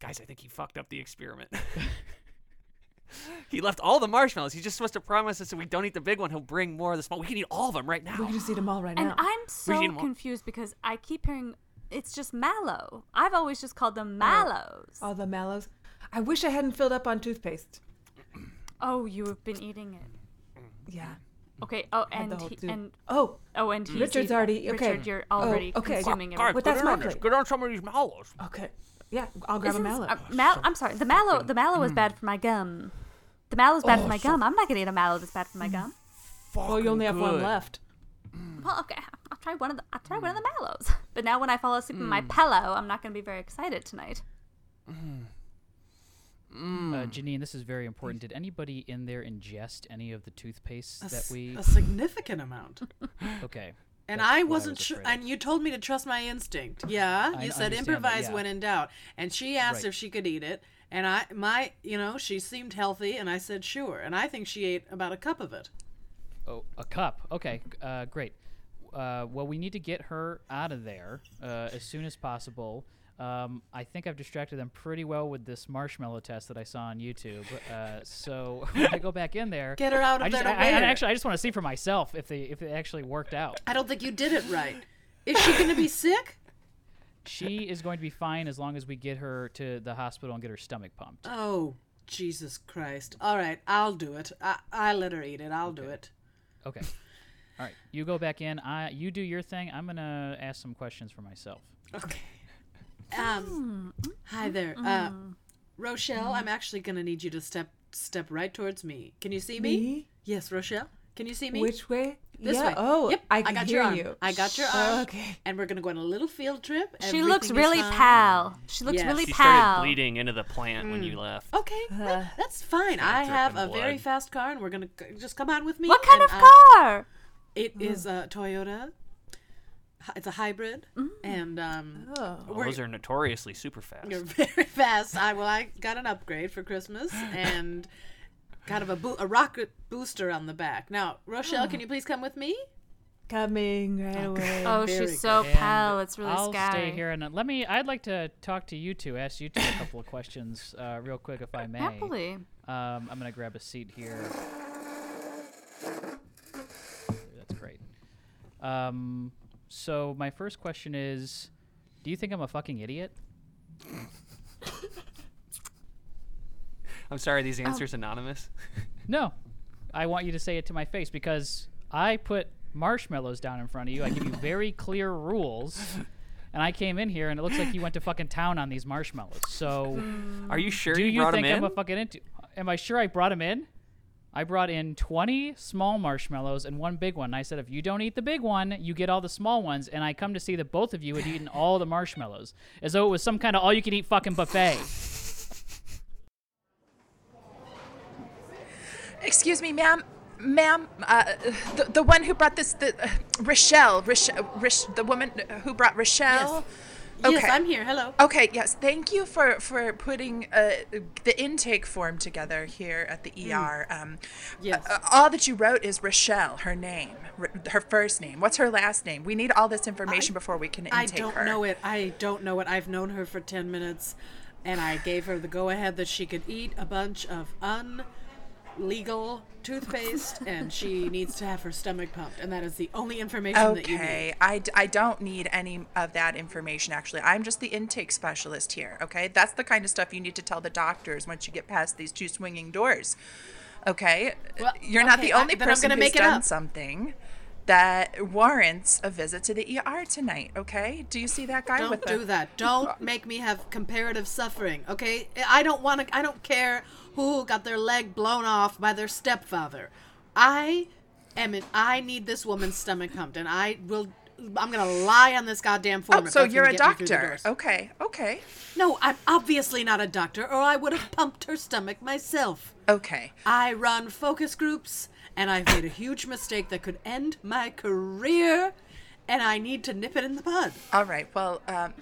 S1: Guys, I think he fucked up the experiment. he left all the marshmallows. He's just supposed to promise us if we don't eat the big one, he'll bring more of the small. We can eat all of them right
S3: we
S1: now.
S3: can just eat them all right
S5: And
S3: now.
S5: I'm so
S1: need more.
S5: confused because I keep hearing it's just mallow. I've always just called
S3: Oh.
S5: them mallows.
S3: all the mallows. I wish I hadn't filled up on toothpaste.
S5: Oh, you have been eating it.
S3: Yeah.
S5: Okay. Oh,
S3: had the
S5: and
S3: whole
S5: he,
S3: tube.
S5: and
S3: oh,
S5: oh, and he,
S3: Richard's
S5: he-
S3: already- okay.
S5: Richard, you're
S3: Oh,
S5: already
S3: okay.
S5: consuming
S1: Guys,
S5: it.
S3: But
S1: get
S3: that's
S1: in
S3: my
S1: on this.
S3: plate.
S1: Get on some of these mallows.
S3: okay. Yeah, I'll grab a
S5: Isn't this-
S3: mallow.
S5: uh, mal- I'm sorry. The mallow. The mallow is bad for my gum. The mallow is bad for my gum. I'm not gonna eat a mallow that's bad for my gum.
S3: well, Oh, you only have one left.
S5: Well, okay. I'll try one of the. I'll try one of the mallows. But now when I fall asleep in my pillow, I'm not gonna be very excited tonight.
S2: Uh, Janine, this is very important. Did anybody in there ingest any of the toothpaste that we?
S6: A significant amount.
S2: Okay.
S6: And
S2: That's
S6: I
S2: what I
S6: wasn't
S2: was
S6: sure.
S2: afraid of.
S6: And you told me to trust my instinct. Yeah,
S2: I
S6: you said
S2: understand that,
S6: improvise
S2: yeah.
S6: when in doubt. And she asked
S2: Right.
S6: if she could eat it, and I my you know she seemed healthy, and I said sure, and I think she ate about a cup of it.
S2: Oh, a cup. Okay, uh, great. Uh, well, we need to get her out of there uh, as soon as possible. Um, I think I've distracted them pretty well with this marshmallow test that I saw on YouTube. Uh, so when I go back in there,
S6: Get her out of
S2: I just,
S6: that
S2: I, I-
S6: aware.
S2: actually, I just want to see for myself if they if it actually worked out.
S6: I don't think you did it right. Is she gonna be sick?
S2: She is going to be fine as long as we get her to the hospital and get her stomach pumped.
S5: Uh.
S6: Oh Jesus Christ! All right, I'll do it. I I let her eat it. I'll do it.
S2: Okay. All right, you go back in. I you do your thing. I'm gonna ask some questions for myself.
S6: Okay. Um, hi there, uh, Rochelle. I'm actually gonna need you to step step right towards me. Can you see me?
S3: Me?
S6: Yes, Rochelle. Can you see me?
S3: Which way?
S6: this
S3: yeah.
S6: way.
S3: Oh,
S6: yep.
S3: I can
S6: got
S3: hear
S6: your arm.
S3: you.
S6: I got your arm.
S3: Okay.
S6: And we're gonna go on a little field trip.
S5: She looks
S6: Everything is
S5: really
S6: fine.
S5: pale. She looks
S6: Yes.
S5: really
S6: She
S1: She
S5: pale.
S1: started bleeding into the plant when
S3: Mm.
S1: you left.
S3: Oh,
S6: Okay, that- that's fine. I
S1: drip
S6: have
S1: in
S6: a very
S1: blood.
S6: fast car, and we're gonna c- just come on with me.
S5: What kind
S6: and,
S5: of
S6: uh,
S5: car?
S6: It is a Toyota. Hi- It's a hybrid, and um,
S3: Oh.
S1: Well, those are notoriously super fast.
S6: You're very fast. I well, I got an upgrade for Christmas and kind of a bo- a rocket booster on the back. Now, Rochelle, can you please come with me?
S3: Coming right away.
S5: Oh,
S6: very
S5: she's so
S2: And
S5: pale. It's really
S2: I'll
S5: scary.
S2: stay here and uh, let me. I'd like to talk to you two, ask you two a couple of questions, uh, real quick, if I may.
S5: Happily.
S2: Um, I'm gonna grab a seat here. That's great. Um, so my first question is, do you think I'm a fucking idiot?
S1: I'm sorry,
S3: Oh.
S1: these answers anonymous.
S2: No, I want you to say it to my face because I put marshmallows down in front of you. I give you very clear rules, and I came in here and it looks like you went to fucking town on these marshmallows. So.
S3: Mm.
S1: Are you sure
S2: Do
S1: you,
S2: you,
S1: brought
S2: think
S1: him
S2: I'm
S1: in?
S2: a fucking into? Am I sure I brought him in? I brought in 20 small marshmallows and one big one. I said, if you don't eat the big one, you get all the small ones. And I come to see that both of you had eaten all the marshmallows, as though it was some kind of all-you-can-eat fucking buffet.
S4: Excuse me, ma'am. Ma'am, uh, the, the one who brought this, the uh, Rochelle, Rich, Rich, the woman who brought Rochelle.
S6: Yes,
S4: Okay.
S6: I'm here. Hello.
S4: Okay, yes, thank you for for putting uh, the intake form together here at the ER. Um,
S6: Mm. Yes.
S4: uh, all that you wrote is Rochelle, her name, r- her first name. What's her last name? We need all this information before we can
S6: I
S4: intake
S6: don't
S4: her.
S6: know it. I don't know it. I've known her for 10 minutes and I gave her the go ahead that she could eat a bunch of unlegal toothpaste and she needs to have her stomach pumped and that is the only information that you need.
S4: Okay, I, d- I don't need any of that information actually. I'm just the intake specialist here, okay? That's the kind of stuff you need to tell the doctors once you get past these two swinging doors, okay?
S6: Well,
S4: You're not
S6: okay,
S4: the
S6: I-
S4: only
S6: then I'm
S4: person
S6: gonna
S4: who's
S6: make it
S4: done
S6: up.
S4: something that warrants a visit to the ER tonight, okay? Do you see that guy with
S6: Don't
S4: the
S6: do that. Don't make me have comparative suffering, okay? I don't want to. I don't care who got their leg blown off by their stepfather. I am. In, I need this woman's stomach pumped, and I will. I'm gonna lie on this goddamn form.
S4: Oh,
S6: if
S4: so
S6: that's
S4: you're
S6: gonna
S4: a
S6: get me through the
S4: doctor.
S6: doors.
S4: Okay, okay,
S6: No, I'm obviously not a doctor, or I would have pumped her stomach myself.
S4: okay.
S6: I run focus groups, and I've made a huge mistake that could end my career, and I need to nip it in the bud.
S4: All right, well, um,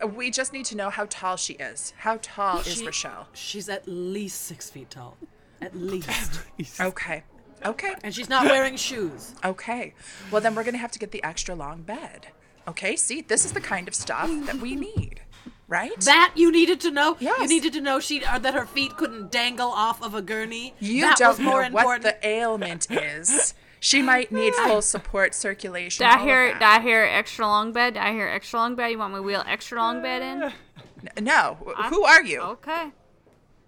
S4: m- we just need to know how tall she is. How tall is
S6: She-
S4: Rochelle?
S6: She's at least six feet tall. At least.
S4: Okay, okay.
S6: and she's not wearing shoes.
S4: Okay. Well, then we're going to have to get the extra long bed. Okay. See, this is the kind of stuff that we need, right?
S6: That you needed to know? You
S4: Yes.
S6: needed to know she or that her feet couldn't dangle off of a gurney.
S4: you
S6: that
S4: don't
S6: was more
S4: know
S6: important.
S4: what the ailment is. She might need full support circulation.
S5: Did I
S4: all of
S5: hear?
S4: that.
S5: Did I hear extra long bed? Did I hear extra long bed? You want me to wheel extra long bed in?
S4: N- No. wh- Who are you?
S5: Okay.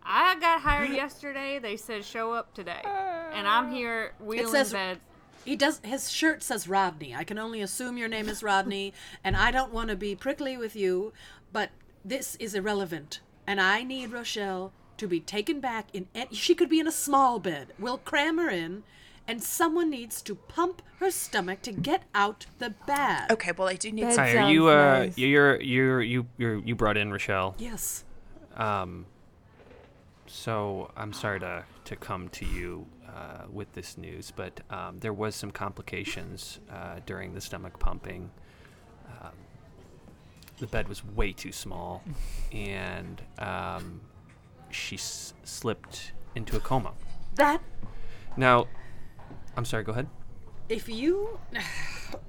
S5: I got hired yesterday. They said show up today, and I'm here wheeling
S6: says-
S5: bed.
S6: He does. His shirt says Rodney. I can only assume your name is Rodney, and I don't want to be prickly with you, but this is irrelevant. And I need Rochelle to be taken back in. an- She could be in a small bed. We'll cram her in, and someone needs to pump her stomach to get out the bag.
S4: Okay. Well, I do need.
S3: Bed
S4: Some-
S1: Hi, are
S3: sounds
S1: you uh
S3: nice.
S1: you're you're you you're you brought in Rochelle.
S6: Yes.
S1: Um So I'm sorry to, to come to you uh, with this news, but um, there was some complications uh, during the stomach pumping. Um, the bed was way too small, and um, she s- slipped into a coma.
S6: That
S1: Now, I'm sorry. Go ahead.
S6: if you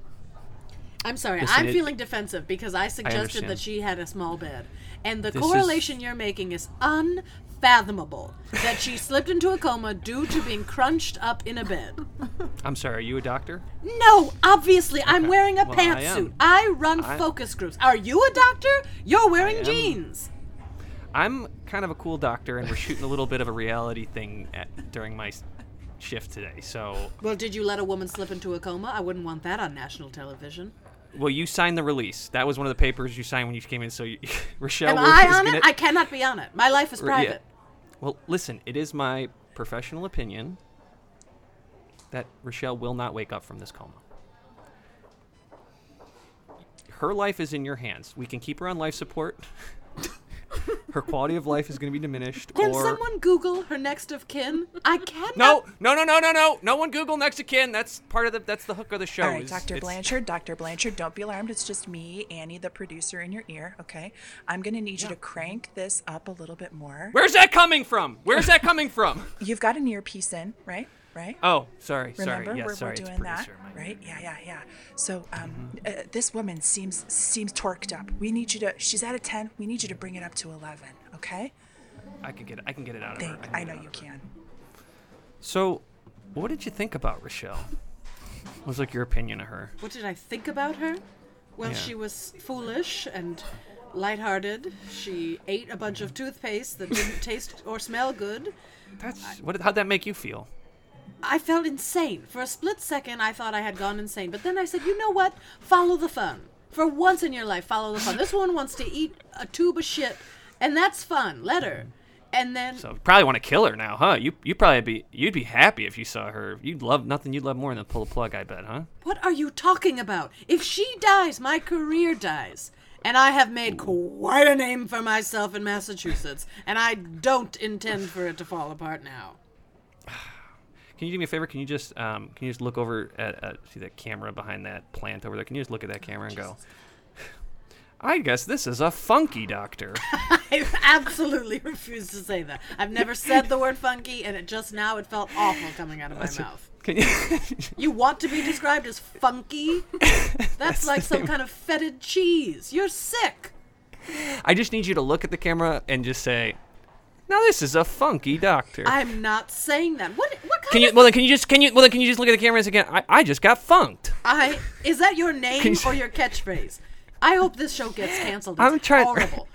S6: I'm sorry,
S1: Listen,
S6: I'm
S1: it-
S6: feeling defensive because I suggested
S1: understand.
S6: that she had a small bed. And the
S1: This is-
S6: correlation you're making is unfathomable that she slipped into a coma due to being crunched up in a bed.
S1: I'm sorry. Are you a doctor?
S6: No, obviously, I'm
S1: Okay.
S6: wearing a
S1: Well, I
S6: pantsuit.
S1: am.
S6: I, run
S1: I-
S6: focus groups. Are you a doctor? You're wearing
S1: am.
S6: jeans.
S1: I'm kind of a cool doctor, and we're shooting a little bit of a reality thing at, during my s- shift today. So,
S6: Well, did you let a woman slip into a coma? I wouldn't want that on national television.
S1: well, you signed the release. That was one of the papers you signed when you came in. So, you, Rochelle
S6: Am
S1: Wolf
S6: I
S1: is
S6: on
S1: gonna,
S6: it? I cannot be on it. My life is
S1: Or- yeah.
S6: private.
S1: Well, listen, it is my professional opinion that Rochelle will not wake up from this coma. Her life is in your hands. We can keep her on life support. her quality of life is going to be diminished.
S6: Can
S1: or
S6: someone Google her next of kin? I cannot.
S1: no, no, no, no, no, no. No one Google next to kin. That's part of the. That's the hook of the show.
S4: All right,
S1: is
S4: Dr.
S1: it's-
S4: Blanchard, Dr. Blanchard, don't be alarmed. It's just me, Annie, the producer in your ear, okay? I'm going to need you to crank this up a little bit more.
S1: Where's that coming from? Where's that coming from?
S4: You've got an earpiece in, right? Right?
S1: Oh, sorry,
S4: Remember,
S1: sorry. Yes,
S4: we're,
S1: sorry.
S4: we're
S1: it's
S4: doing that,
S1: producer. my-
S4: right? Yeah, yeah, yeah. So, um,
S1: Mm-hmm.
S4: uh, this woman seems seems torqued up. We need you to. She's at a ten. We need you to bring it up to eleven. Okay?
S1: I can get. I can get it out of her.
S4: Thank.
S1: can
S4: I
S1: get it
S4: know
S1: out of
S4: you
S1: her.
S4: can.
S1: So, what did you think about Rochelle? What was like your opinion of her?
S6: What did I think about her? Well,
S1: Yeah.
S6: she was foolish and lighthearted. She ate a bunch of toothpaste that didn't taste or smell good.
S1: That's what. How'd that make you feel?
S6: I felt insane. For a split second, I thought I had gone insane. But then I said, you know what? Follow the fun. For once in your life, follow the fun. This one wants to eat a tube of shit, and that's fun. Let her. And then
S1: So you probably want to kill her now, huh? You you probably be you'd be happy if you saw her. You'd love nothing. You'd love more than pull the plug. I bet, huh?
S6: What are you talking about? If she dies, my career dies. And I have made quite a name for myself in Massachusetts, and I don't intend for it to fall apart now.
S1: Can you do me a favor? Can you just um can you just look over at, at see that camera behind that plant over there? Can you just look at that camera and go? I guess this is a funky doctor.
S6: I absolutely refuse to say that. I've never said the word funky, and it just now it felt awful coming out of my mouth.
S1: Can you?
S6: You want to be described as funky? That's, like some kind of fetid cheese. You're sick.
S1: I just need you to look at the camera and just say, "Now this is a funky doctor."
S6: I'm not saying that. What? What kind
S1: Can you?
S6: of?
S1: Well, then can you just? Can you? Well, then can you just look at the cameras again? I, I just got funked.
S6: I is that your name
S1: you-
S6: or your catchphrase? I hope this show gets canceled. It's
S1: I'm trying-
S6: Horrible.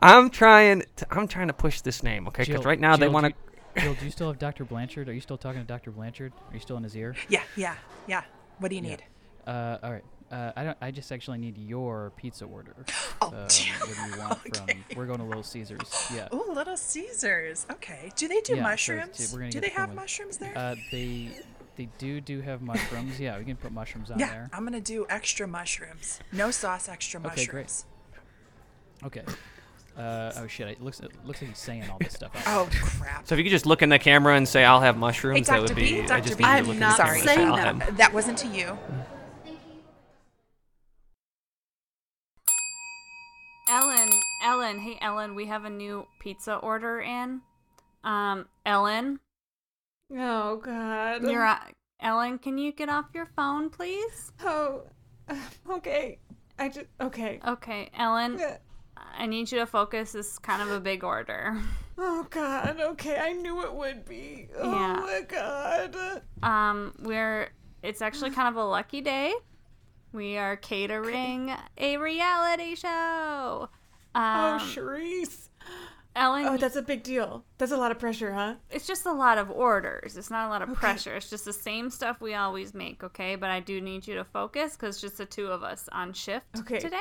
S1: I'm trying. To, I'm trying to push this name, okay?
S2: Jill,
S1: Because right now they
S2: Jill, do
S1: want to.
S2: you- Jill, do you still have Dr. Blanchard? Are you still talking to Dr. Blanchard? Are you still in his ear?
S4: Yeah, yeah, yeah. What do you need?
S2: Uh, all right. Uh, I don't. I just actually need your pizza order.
S4: Oh,
S2: So, what do you want
S4: okay.
S2: from? We're going to Little Caesars. Yeah.
S4: Oh, Little Caesars. Okay. Do they do
S2: Yeah, so it's-
S4: mushrooms?
S2: we're gonna
S4: do
S2: get
S4: they
S2: the
S4: have
S2: one-
S4: mushrooms there?
S2: Uh, they they do do have mushrooms. yeah, we can put mushrooms on
S4: yeah,
S2: there.
S4: I'm gonna do extra mushrooms. No sauce, extra
S2: Okay, great.
S4: mushrooms.
S2: Okay. Uh, oh shit! It looks it looks like he's saying all this stuff. out
S4: Oh
S2: loud.
S4: crap.
S1: So if you could just look in the camera and say, "I'll have mushrooms,"
S4: hey,
S1: that
S4: Dr.
S1: would
S4: B,
S1: be. I
S4: Dr.
S1: just
S4: B,
S1: need you
S6: I'm
S1: to look
S6: not
S1: in the camera
S4: sorry,
S1: and say,
S6: saying
S1: "I'll
S6: that.
S1: have
S4: that, Uh, that wasn't to you.
S5: Ellen, Ellen, hey Ellen, we have a new pizza order in. Um, Ellen,
S3: Oh God.
S5: you're on. Ellen, can you get off your phone, please?
S3: Oh, okay. I just okay.
S5: Okay,
S6: Um,
S5: Ellen, I need you to focus. This is kind of a big order.
S3: Oh God. Okay, I knew it would be. Oh
S5: Yeah.
S3: my God. Oh,
S5: Um, we're it's actually kind of a lucky day. We are catering a reality
S3: Oh,
S5: show. Um,
S3: Charisse.
S5: Ellen,
S3: Oh, that's a big deal. That's a lot of pressure, huh?
S5: it's just a lot of orders. It's not a lot of pressure. It's just the same stuff we always make, okay? But I do need you to focus because just the two of us on shift
S3: Okay.
S5: today.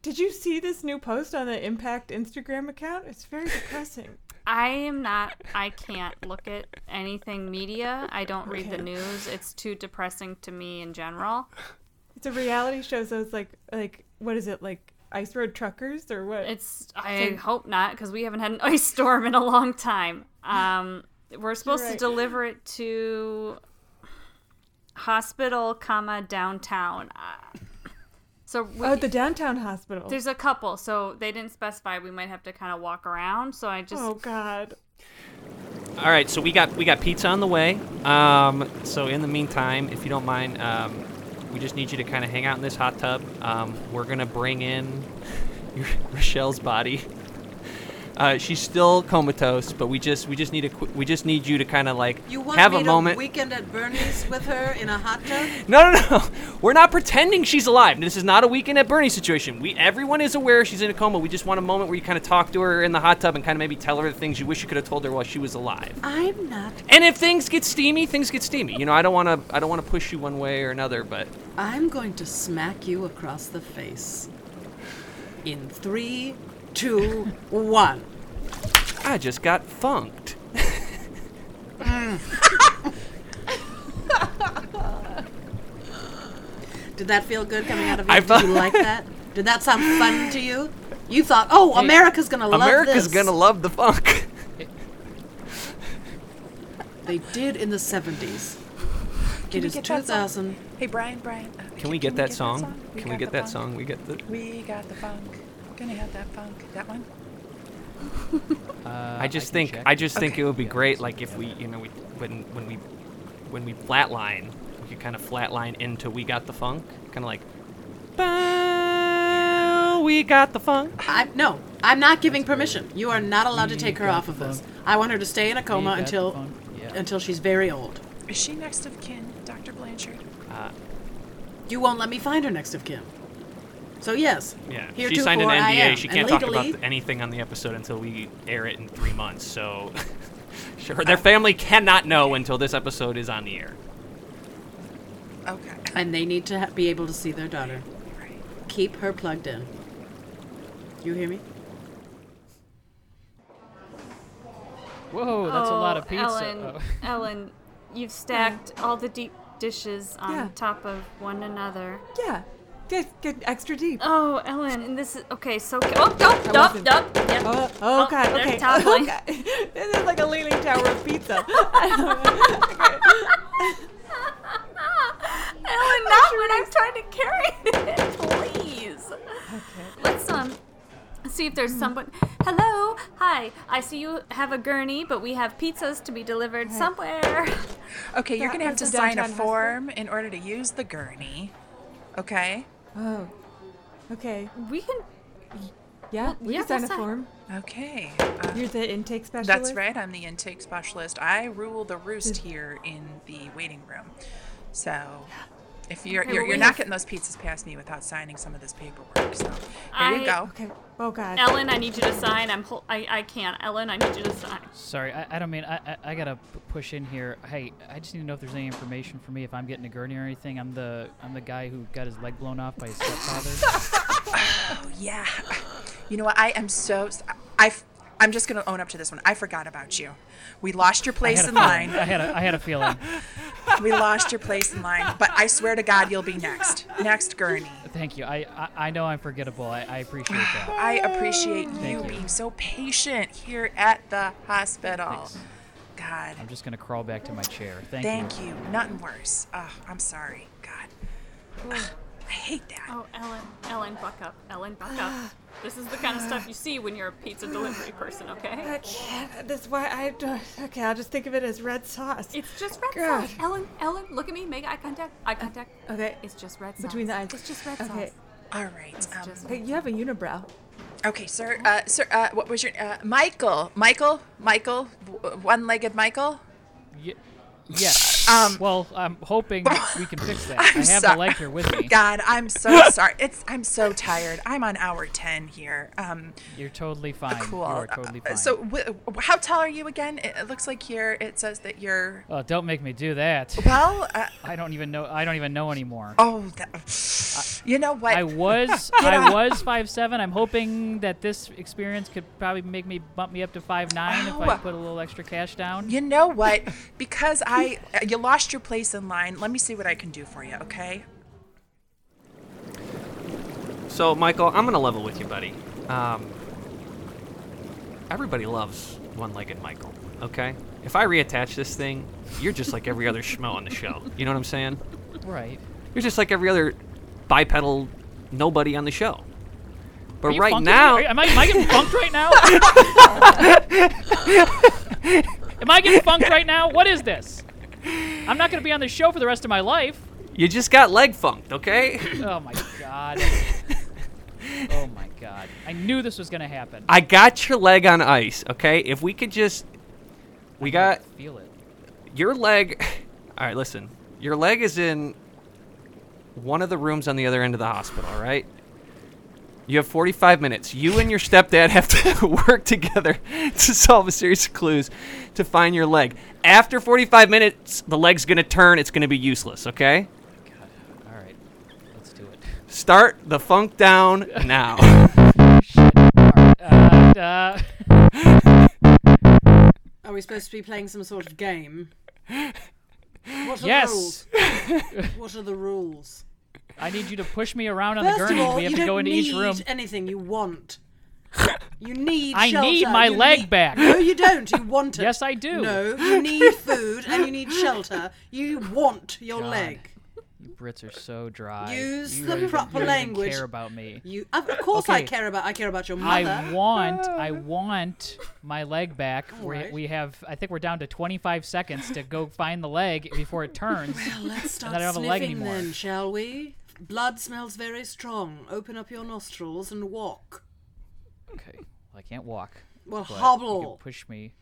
S3: Did you see this new post on the Impact Instagram account? It's very depressing.
S5: I am not. I can't look at anything media. I don't read the
S3: Okay.
S5: news. It's too depressing to me in general.
S3: It's a reality show, so it's like like what is it like ice road truckers or what?
S5: It's I hope not because we haven't had an ice storm in a long time. Um, we're supposed to
S3: right.
S5: deliver it to hospital, comma downtown. Uh, so we,
S3: oh, the downtown hospital.
S5: there's a couple, so they didn't specify. We might have to kind of walk around. So I just
S3: Oh God.
S1: All right, so we got we got pizza on the way. Um, so in the meantime, if you don't mind, um, we just need you to kind of hang out in this hot tub. Um, we're gonna bring in Rochelle's body. Uh, she's still comatose, but we just we just need a qu- we just need you to kind of like
S6: You want
S1: have
S6: me
S1: a
S6: to
S1: moment.
S6: weekend at Bernie's with her in a hot tub?
S1: No, no, no. We're not pretending she's alive. This is not a weekend at Bernie situation. We everyone is aware she's in a coma. We just want a moment where you kind of talk to her in the hot tub and kind of maybe tell her the things you wish you could have told her while she was alive.
S6: I'm not.
S1: And if things get steamy, things get steamy. You know, I don't want to I don't want to push you one way or another, but
S6: I'm going to smack you across the face. In three, two, one.
S1: I just got funked.
S6: Did that feel good coming out of you?
S1: I felt-
S6: Did you like that? Did that sound fun to you? You thought, oh, America's gonna love
S1: America's
S6: this.
S1: going to love the funk.
S6: They did in the 70s.
S4: Can
S6: it
S4: we
S6: is
S4: get that song?
S6: 2000.
S4: Hey, Brian, Brian. uh,
S1: Can we get that song? Can we
S4: got
S1: get
S4: the
S1: that
S4: funk.
S1: song? We get the
S4: We got the funk. Gonna have that funk. That one?
S2: Uh,
S1: I just
S2: can
S1: think
S2: check.
S1: I just think it would be
S2: Yeah,
S1: great
S2: that's-
S1: like if
S2: yeah,
S1: we, you know, we when when we when we flatline, we could kind of flatline into we got the funk, kind of like "Bow, we got the funk.
S6: I, no, I'm not giving permission. You are not allowed to take her off of this. I want her to stay in a coma
S2: got the
S6: until
S2: phone. Yeah.
S6: until she's very old.
S4: Is she next of kin, Dr. Blanchard?
S1: Uh,
S6: You won't let me find her next of kin. So yes,
S1: yeah,
S6: Here
S1: she signed an
S6: I
S1: NDA.
S6: am.
S1: She
S6: And
S1: can't
S6: legally,
S1: talk about th- anything on the episode until we air it in 3 months. So sure, their family cannot know until this episode is on the air.
S4: Okay.
S6: and they need to ha- be able to see their daughter.
S4: Right.
S6: Keep her plugged in. You hear me?
S2: Whoa, that's a lot
S5: Oh,
S2: of pizza.
S5: Ellen,
S2: Oh.
S5: Ellen, you've stacked all the deep dishes on
S3: Yeah.
S5: top of one another.
S3: Yeah. Get get extra deep.
S5: Oh, Ellen, and this is okay. So oh, don't, don't,
S3: wasn't-
S5: don't. Yeah.
S3: Oh, oh, God.
S5: there's
S3: Okay.
S5: Tom Lane.
S3: okay. This is like a leaning tower of pizza.
S5: Ellen, not when I'm trying to carry it, please. Let's um see if there's
S3: Hmm.
S5: someone. Hello, hi. I see you have a gurney, but we have pizzas to be delivered somewhere.
S4: Okay, you're
S3: That
S4: gonna have
S3: was
S4: to
S3: the
S4: sign a
S3: downtown hospital?
S4: form in order to use the gurney. Okay?
S3: oh. Okay.
S5: We can.
S3: Yeah. We
S5: yeah,
S3: can sign
S5: we'll
S3: a
S5: sign.
S3: form.
S4: Okay. Uh,
S3: You're the intake specialist.
S4: That's right. I'm the intake specialist. I rule the roost here in the waiting room. So, if you're
S5: Okay,
S4: you're,
S5: well,
S4: you're
S5: we
S4: not
S5: have-
S4: getting those pizzas past me without signing some of this paperwork, so here
S5: I-
S4: you go.
S3: Okay. Oh God.
S5: Ellen, I need you to sign. I'm. Hol- I I can't. Ellen, I need you to sign.
S2: Sorry, I, I don't mean I, I, I gotta p- push in here. Hey, I just need to know if there's any information for me if I'm getting a gurney or anything. I'm the I'm the guy who got his leg blown off by his stepfather.
S4: Oh yeah. You know what? I am so. s- I. am just gonna own up to this one. I forgot about you. We lost your
S2: I
S4: place
S2: had a
S4: in
S2: feeling.
S4: line.
S2: I had a I had a feeling.
S4: We lost your place in line. But I swear to God, you'll be next. Next gurney.
S2: Thank you. I I, I know I'm forgettable. I, I appreciate that.
S4: I appreciate you,
S2: you.
S4: being so patient here at the hospital.
S2: Thanks.
S4: God.
S2: I'm just gonna crawl back to my chair. Thank,
S4: Thank you. Nothing worse. Oh, I'm sorry. God. Ugh, I hate that.
S5: Oh, Ellen, Ellen, buck up. Ellen, buck up. This is the kind of stuff you see when you're a pizza delivery person, okay?
S3: I can't. That's why I. don't- Okay, I'll just think of it as red sauce.
S5: It's just red
S3: God.
S5: sauce. Ellen, Ellen, look at me. Make eye contact. Eye contact.
S3: okay.
S5: It's just red sauce.
S3: Between the eyes.
S5: It's just red
S3: Okay.
S5: sauce.
S4: All right.
S5: It's
S4: Um,
S5: just
S3: Hey, you have a unibrow.
S4: okay, sir. Uh, sir, uh, what was your uh, Michael? Michael? Michael? W- one-legged Michael?
S2: you. Yeah.
S4: Um,
S2: well, I'm hoping we can fix that. i have
S4: sorry.
S2: the leg here with me.
S4: God, I'm so sorry. It's I'm so tired. I'm on hour ten here. Um,
S2: You're totally fine.
S4: cool.
S2: You are totally
S4: Uh,
S2: fine.
S4: So, w- how tall are you again? It, it looks like you're. It says that you're.
S2: oh, don't make me do that.
S4: Well, uh,
S2: I don't even know. I don't even know anymore.
S4: oh, that, you know what?
S2: I was I was five seven. I'm hoping that this experience could probably make me bump me up to five nine if I
S4: Ow.
S2: put a little extra cash down.
S4: You know what? Because I uh, you lost your place in line. Let me see what I can do for you, okay?
S1: So, Michael, I'm gonna level with you, buddy. Um, everybody loves one-legged Michael. Okay. If I reattach this thing, you're just like every other schmo on the show. You know what I'm saying?
S2: Right.
S1: You're just like every other bipedal nobody on the show. But
S2: Are you
S1: right
S2: funking?
S1: now,
S2: Are you- am I, am I getting funked right now? am I getting funked right now? What is this? I'm not going to be on this show for the rest of my life.
S1: you just got leg funked, okay?
S2: Oh my god. Oh my god. I knew this was going to happen.
S1: I got your leg on ice, okay? If we could just. We got.
S2: feel it.
S1: Your leg. All right, listen. Your leg is in one of the rooms on the other end of the hospital, all right? You have 45 minutes. You and your stepdad have to work together to solve a series of clues to find your leg. After 45 minutes, the leg's going to turn. It's going to be useless, okay?
S2: God. All right. Let's do it.
S1: Start the funk down now.
S2: Alright, uh, uh,
S6: Are we supposed to be playing some sort of game? What are
S2: Yes.
S6: the rules? what are the rules?
S2: I need you to push me around on
S6: First
S2: the gurney.
S6: of all,
S2: we have
S6: you
S2: to
S6: don't
S2: go into
S6: need
S2: each room.
S6: anything you want. You need
S2: I
S6: shelter.
S2: need my
S6: you
S2: leg
S6: need-
S2: back.
S6: No, you don't. You want it.
S2: Yes, I do.
S6: No, you need food and you need shelter. You want your
S2: God.
S6: leg.
S2: You Brits are so dry.
S6: Use
S2: you
S6: the
S2: don't even-
S6: proper
S2: you don't even
S6: language.
S2: Care about me.
S6: You, of of course, I
S2: Okay.
S6: care about. I care about your mother. Oh.
S2: I want, I want my leg back. We,
S6: Alright.
S2: we have, I think we're down to 25 seconds to go find the leg before it turns.
S6: Let's
S2: I
S6: start
S2: don't have a
S6: sniffing
S2: leg anymore.
S6: then, shall we? Blood smells very strong. Open up your nostrils and walk.
S2: Okay, well, I can't walk.
S6: Well,
S2: but You
S6: hobble.
S2: can push me.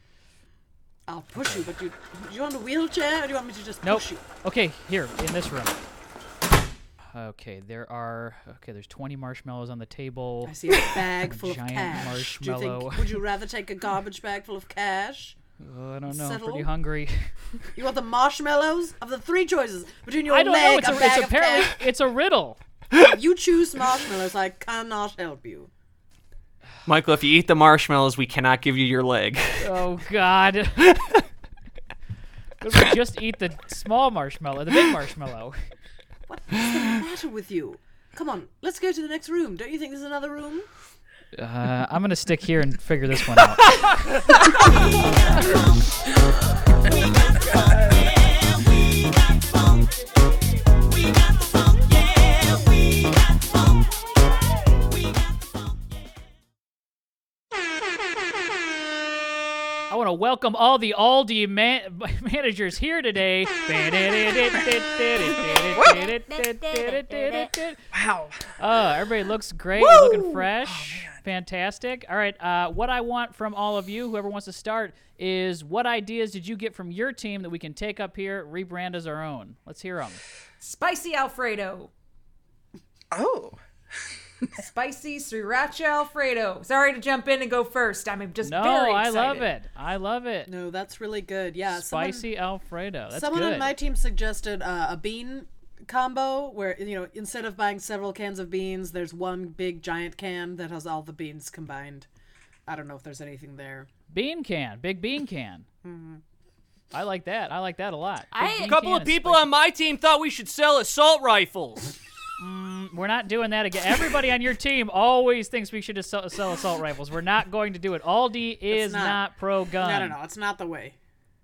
S6: I'll push you, but you, do you want a wheelchair or do you want me to just
S2: Nope.
S6: push you?
S2: Okay, here in this room. Okay, there are. Okay, there's 20 marshmallows on the table.
S6: I see a bag full of
S2: Giant
S6: cash. Do you
S2: marshmallow.
S6: think, would you rather take a garbage bag full of cash?
S2: Oh, I don't know. I'm pretty
S6: Settle.
S2: hungry.
S6: You want the marshmallows of the three choices between your
S2: I don't know.
S6: leg,
S2: It's,
S6: a,
S2: a,
S6: bag
S2: it's
S6: of
S2: apparently it's a riddle.
S6: cash? you choose marshmallows. I cannot help you.
S1: Michael, if you eat the marshmallows, we cannot give you your leg.
S2: Oh God. What if we just eat the small marshmallow, the big marshmallow?
S6: What's the matter with you? Come on, let's go to the next room. Don't you think there's another room?
S2: Uh, I'm gonna stick here and figure this one out. I want to welcome all the Aldi man- managers here today.
S4: Wow.
S2: Oh, everybody looks great. You're looking fresh. Fantastic. All right. Uh, what I want from all of you, whoever wants to start, is what ideas did you get from your team that we can take up here, rebrand as our own? Let's hear them.
S7: Spicy Alfredo.
S4: Oh.
S7: Spicy Sriracha Alfredo. Sorry to jump in and go first. I'm just
S2: No,
S7: very
S2: I
S7: excited.
S2: love it. I love it.
S6: No, that's really good. Yeah, someone-
S2: Spicy Alfredo. That's
S6: Someone
S2: good.
S6: on my team suggested uh, a bean combo where you know instead of buying several cans of beans, there's one big giant can that has all the beans combined. I don't know if there's anything there.
S2: bean can. Big bean can.
S6: Hmm.
S2: I like that. I like that a lot. Big
S5: I-
S2: bean
S1: couple
S2: can
S1: of
S2: is
S1: people
S2: spicy.
S1: on my team thought we should sell assault rifles.
S2: We're not doing that again. Everybody on your team always thinks we should just sell, sell assault rifles. We're not going to do it. Aldi is not,
S6: not.
S2: pro gun.
S6: No, no, no, it's not the way.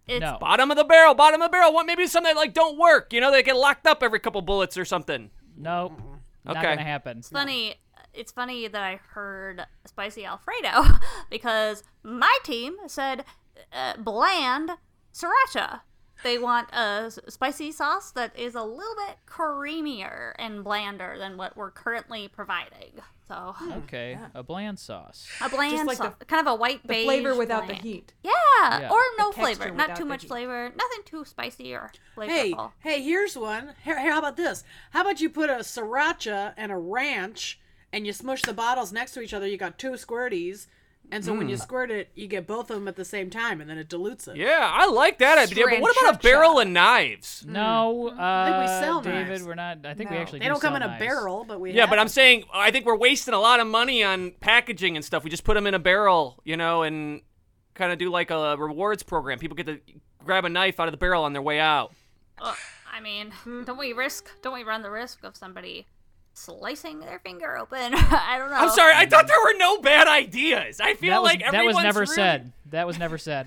S5: It's
S2: No.
S1: bottom of the barrel, bottom of the barrel. What maybe it's something that, like don't work. You know, they get locked up every couple bullets or something.
S2: Nope. Not
S1: Okay.
S2: gonna happen.
S5: funny. It's funny that I heard spicy Alfredo because my team said uh, bland sriracha. They want a s- spicy sauce that is a little bit creamier and blander than what we're currently providing. So
S2: Okay. A bland sauce.
S5: a bland
S7: Hmm. like
S5: sauce,
S7: the-
S5: kind of a white
S7: The
S5: beige
S7: flavor without the
S5: bland.
S7: heat.
S5: Yeah,
S2: Yeah.
S5: or no
S7: texture
S5: flavor, not
S7: without
S5: too
S7: the
S5: much
S7: heat.
S5: flavor, nothing too spicy or flavorful.
S6: Hey, hey, here's one. Here, here, how about this? How about you put a sriracha and a ranch, and you smush the bottles next to each other. You got two squirties, and so when you squirt it, you get both of them at the same time, and then it dilutes it.
S1: Yeah, I like that idea. But what about a
S7: Sriracha.
S1: barrel of knives?
S2: Mm, No, uh,
S6: sell
S2: David,
S6: knives.
S2: we're not. I think we
S7: No.
S2: actually
S6: They
S2: do
S6: don't come
S2: sell
S6: in a
S2: knives.
S6: barrel, but we
S1: Yeah,
S6: have
S1: but I'm
S6: them.
S1: saying I think we're wasting a lot of money on packaging and stuff. We just put them in a barrel, you know, and kind of do like a rewards program. People get to grab a knife out of the barrel on their way out.
S5: I mean, don't we risk? Don't we run the risk of somebody slicing their finger open. I don't know.
S1: I'm sorry. I thought there were no bad ideas. I feel
S2: Oh. that was,
S1: like
S2: that
S1: everyone's
S2: was never
S1: really-
S2: said. That was never said.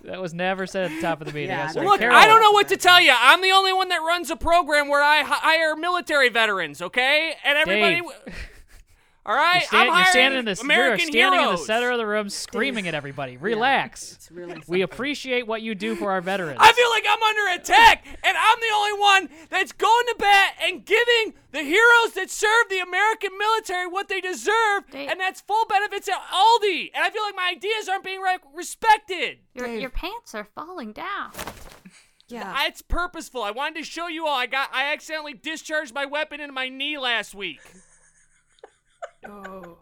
S2: that was never said at the top of the meeting.
S6: Yeah,
S2: I'm
S6: I
S2: sorry.
S1: Look,
S2: Carol,
S1: I don't know what to tell you. I'm the only one that runs a program where I hi- hire military veterans. Okay, and everybody.
S2: Dave.
S1: w- All right,
S2: You're, stand-
S1: I'm
S2: you're
S1: hiring
S2: standing in the s-
S1: American
S2: you're standing
S1: heroes.
S2: in the center of the room, screaming at everybody. Relax.
S6: It's really
S2: we
S6: something.
S2: appreciate what you do for our veterans.
S1: I feel like I'm under attack, and I'm the only one that's going to bat and giving the heroes that serve the American military what they deserve,
S5: Dave.
S1: and that's full benefits at Aldi. And I feel like my ideas aren't being re- respected.
S5: your,
S3: Dave.
S5: your pants are falling down.
S3: Uh.
S7: Yeah.
S1: I- It's purposeful. I wanted to show you all. I got. I accidentally discharged my weapon into my knee last week.
S3: Oh.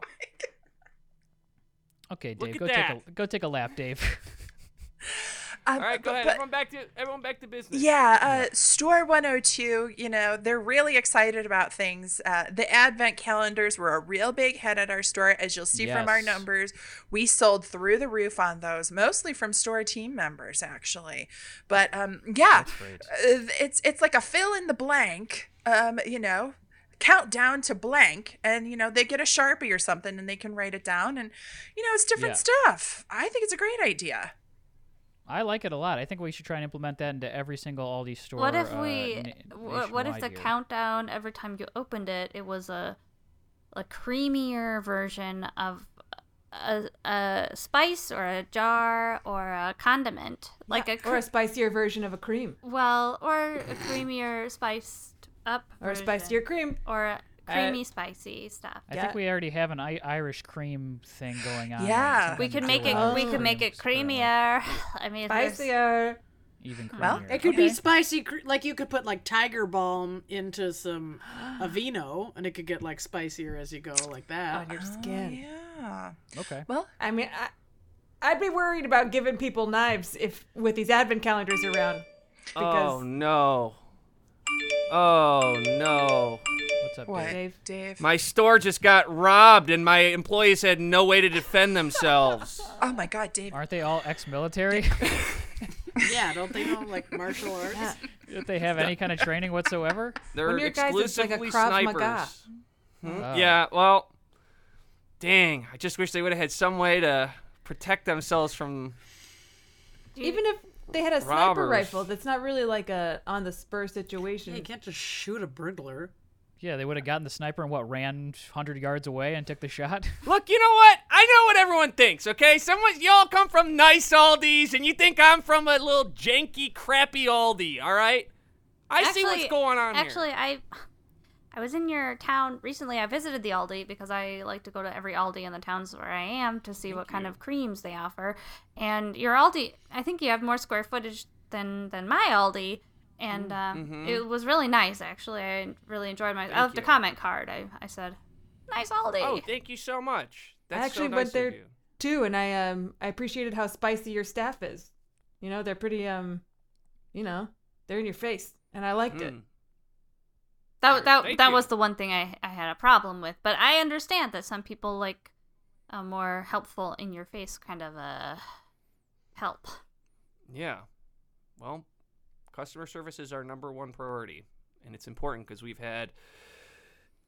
S2: okay,
S1: Look at
S2: Dave, go take a go take a lap, Dave.
S4: Um,
S1: All right, go
S4: but-
S1: ahead.
S4: but-
S1: everyone back to everyone back to business.
S4: Yeah, uh, Store 102, you know, they're really excited about things. Uh, the advent calendars were a real big hit at our store. As you'll see from our
S2: Yes.
S4: numbers, we sold through the roof on those, mostly from store team members, actually. But um, yeah, uh, it's, it's like a fill in the blank, um, you know. Countdown to blank, and you know, they get a sharpie or something and they can write it down. And you know, it's different stuff. I think it's a great idea.
S2: I like it a lot. I think we should try and implement that into every single Aldi store.
S5: what if
S2: uh,
S5: we?
S2: na-
S5: wha- what if
S2: nationwide
S5: the
S2: here.
S5: countdown every time you opened it, it was a a creamier version of a, a spice or a jar or a condiment, like a,
S3: or
S5: cr-
S3: a spicier version of a cream
S5: well, or a creamier spiced up
S3: or a
S5: version.
S3: spicier cream.
S5: or a creamy spicy stuff.
S2: I think we already have an I- Irish cream thing going on. right?
S4: Yeah.
S2: Something
S5: We
S2: to
S5: could
S2: do
S5: make
S2: with
S5: it.
S2: Irish
S5: we could make it
S2: creams, apparently.
S5: creamier. I mean, there's-
S3: Spicier.
S2: Even creamier.
S4: Well,
S6: It could be spicy, cr- like you could put like tiger balm into some Aveeno, and it could get like spicier as you go, like that.
S3: on your skin.
S4: Yeah.
S2: okay.
S4: Well,
S3: I mean, I, I'd be worried about giving people knives if with these advent calendars around.
S1: Oh
S3: Because
S1: no. Oh no.
S2: What's up,
S4: what,
S2: Dave?
S4: Dave?
S3: Dave?
S1: My store just got robbed and my employees had no way to defend themselves.
S4: Oh my God, Dave.
S2: Aren't they all ex-military?
S6: Yeah, don't they know like martial arts?
S2: Don't they have any kind of training whatsoever?
S1: They're
S3: One of your guys looks like a
S1: exclusively
S3: Krav
S1: snipers.
S3: Maga.
S1: Hmm?
S2: Oh.
S1: Yeah, well dang, I just wish they would have had some way to protect themselves from
S3: even if they had a sniper
S1: Robbers.
S3: rifle, that's not really like a on the spur situation.
S6: Yeah, you can't just shoot a burglar.
S2: Yeah, they would have gotten the sniper and what ran 100 yards away and took the shot.
S1: Look, you know what? I know what everyone thinks, okay? Someone y'all come from nice Aldi's and you think I'm from a little janky crappy Aldi, all right? I see what's
S5: Actually-
S1: going on here.
S5: Actually, I I was in your town recently. I visited the Aldi because I like to go to every Aldi in the towns where I am to see what kind of creams they offer. And your Aldi, I think you have more square footage than than my Aldi. And um,
S1: Mm-hmm.
S5: it was really nice, actually. I really enjoyed my. I left a
S1: you.
S5: comment card. I, I said, "Nice Aldi."
S1: Oh, thank you so much. That's
S3: I actually
S1: so nice
S3: went there
S1: Of you.
S3: too, and I um I appreciated how spicy your staff is. You know, they're pretty um, you know, they're in your face, and I liked it.
S1: Mm.
S5: That that
S1: Thank
S5: that
S1: you.
S5: was the one thing I I had a problem with, but I understand that some people like a more helpful in your face kind of a help.
S1: Yeah. Well, customer service is our number one priority, and it's important because we've had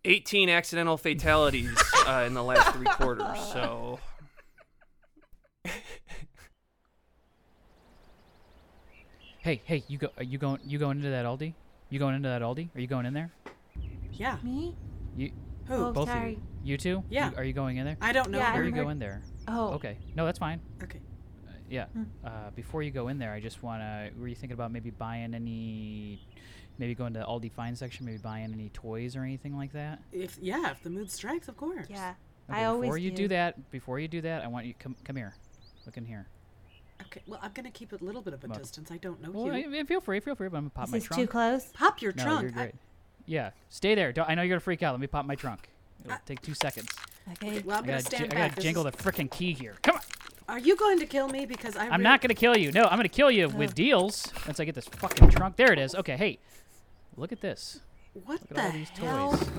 S1: 18 accidental fatalities uh, in the last three quarters. So,
S2: hey, hey, you go are you going you going into that Aldi? You going into that Aldi? Are you going in there?
S6: Yeah.
S3: Me?
S2: You
S6: Who?
S3: Oh,
S2: both of
S3: sorry.
S2: you. You two?
S6: Yeah.
S2: You- are you going in there?
S6: I don't know.
S3: Yeah, I
S2: Before
S6: her.
S2: you
S3: remember-
S2: go in there.
S3: Oh, Hmm.
S2: Okay. No, that's fine.
S6: Okay.
S2: Yeah. Uh, before you go in there, I just want to. Were you thinking about maybe buying any? Maybe going to the Aldi Fine section, maybe buying any toys or anything like that?
S6: If yeah, if the mood strikes, of course.
S3: yeah.
S2: Okay,
S3: I always
S2: Before you do
S3: do.
S2: that, before you do that, I want you come come here. Look in here.
S6: Okay. Well, I'm gonna keep a little bit of a
S2: Well-
S6: distance. I don't know
S2: Well,
S6: you.
S2: I- I feel free, feel free, but I'm gonna pop my trunk.
S3: close.
S6: Pop your
S2: no,
S6: trunk.
S2: you're
S6: I-
S2: great. Yeah, stay there. Don't, I know you're gonna freak out. Let me pop my trunk. It'll take two seconds.
S3: Okay.
S6: well, Ah. I'm
S2: I
S6: gonna
S2: gotta, j-
S6: stand
S2: I
S6: back.
S2: gotta
S6: This
S2: jingle
S6: is-
S2: the frickin' key here. Come on.
S6: Are you going to kill me? Because I.
S2: I'm not gonna
S6: really-
S2: kill you. No, I'm gonna kill you
S6: Oh.
S2: with deals once I get this fucking trunk. There it is. Okay, hey, look at this.
S6: What
S2: Look at
S6: the
S2: all these
S6: hell?
S2: toys.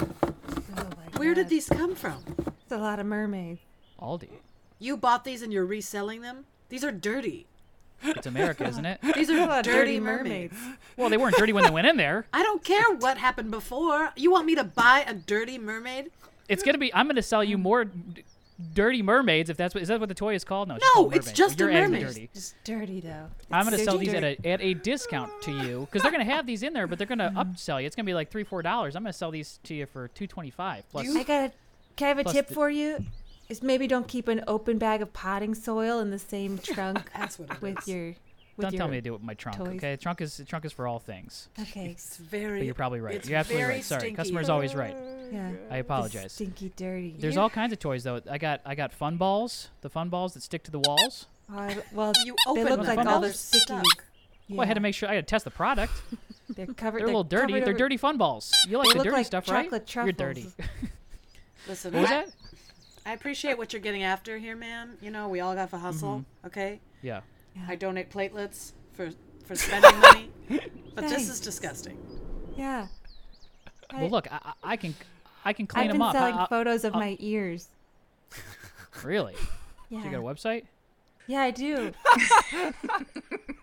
S7: Oh
S6: Where did these come from?
S3: It's a lot of mermaids.
S2: Aldi.
S6: You bought these and you're reselling them? These are dirty.
S2: It's America, isn't it?
S6: These are dirty,
S3: Dirty
S6: mermaids.
S3: mermaids.
S2: Well, they weren't dirty when they went in there.
S6: I don't care what happened before. You want me to buy a dirty mermaid?
S2: It's gonna be. I'm gonna sell you more d- dirty mermaids if that's what is that what the toy is called? No,
S6: No,
S2: called
S6: it's
S2: mermaid.
S6: just a
S2: You're adding the
S6: mermaid.
S2: dirty.
S3: Just dirty though.
S2: I'm gonna
S3: It's
S2: sell
S3: dirty.
S2: these at a at a discount to you because they're gonna have these in there, but they're gonna upsell you. It's gonna be like three four dollars. I'm gonna sell these to you for two twenty five plus.
S7: I got. A, can I have a
S2: Plus
S7: tip
S2: the-
S7: for you? Is maybe don't keep an open bag of potting soil in the same trunk
S6: That's what it
S7: with
S6: is.
S7: your. With
S2: Don't
S7: your,
S2: tell me to do it with my trunk.
S7: toys.
S2: Okay, trunk is trunk is for all things.
S7: Okay.
S6: It's very.
S2: But you're probably right.
S6: it's
S2: You're absolutely
S6: very
S2: right. Sorry,
S6: stinky.
S2: customer's always right.
S7: Yeah.
S2: I apologize.
S7: Stinky, dirty.
S2: There's all kinds of toys though. I got I got fun balls, the fun balls that stick to the walls.
S7: Uh, well,
S6: You
S7: they
S6: open
S7: look
S6: them
S7: like
S2: and
S7: all
S2: they're
S7: the sticky.
S6: stuck.
S7: Yeah.
S2: Well, I had to make sure I had to test the product.
S7: They're covered.
S2: They're a little dirty.
S7: covered
S2: They're
S7: over-
S2: dirty fun balls. You like
S7: They
S2: the
S7: look
S2: dirty
S7: like
S2: stuff, right?
S7: chocolate
S2: You're
S7: truffles.
S2: dirty.
S6: Listen,
S2: What was
S6: I-
S2: that?
S6: I appreciate what you're getting after here, ma'am. You know, we all got the hustle, okay?
S2: Mm-hmm. Yeah.
S6: I donate platelets for for spending money, but this is
S7: Thanks.
S6: disgusting.
S7: Yeah.
S2: Well, look, I, I- I can I can
S7: I've
S2: clean them
S7: been
S2: up. I-
S7: selling
S2: I-
S7: photos of
S2: I'll-
S7: my ears.
S2: really?
S7: Yeah.
S2: You got a website?
S7: Yeah, I do.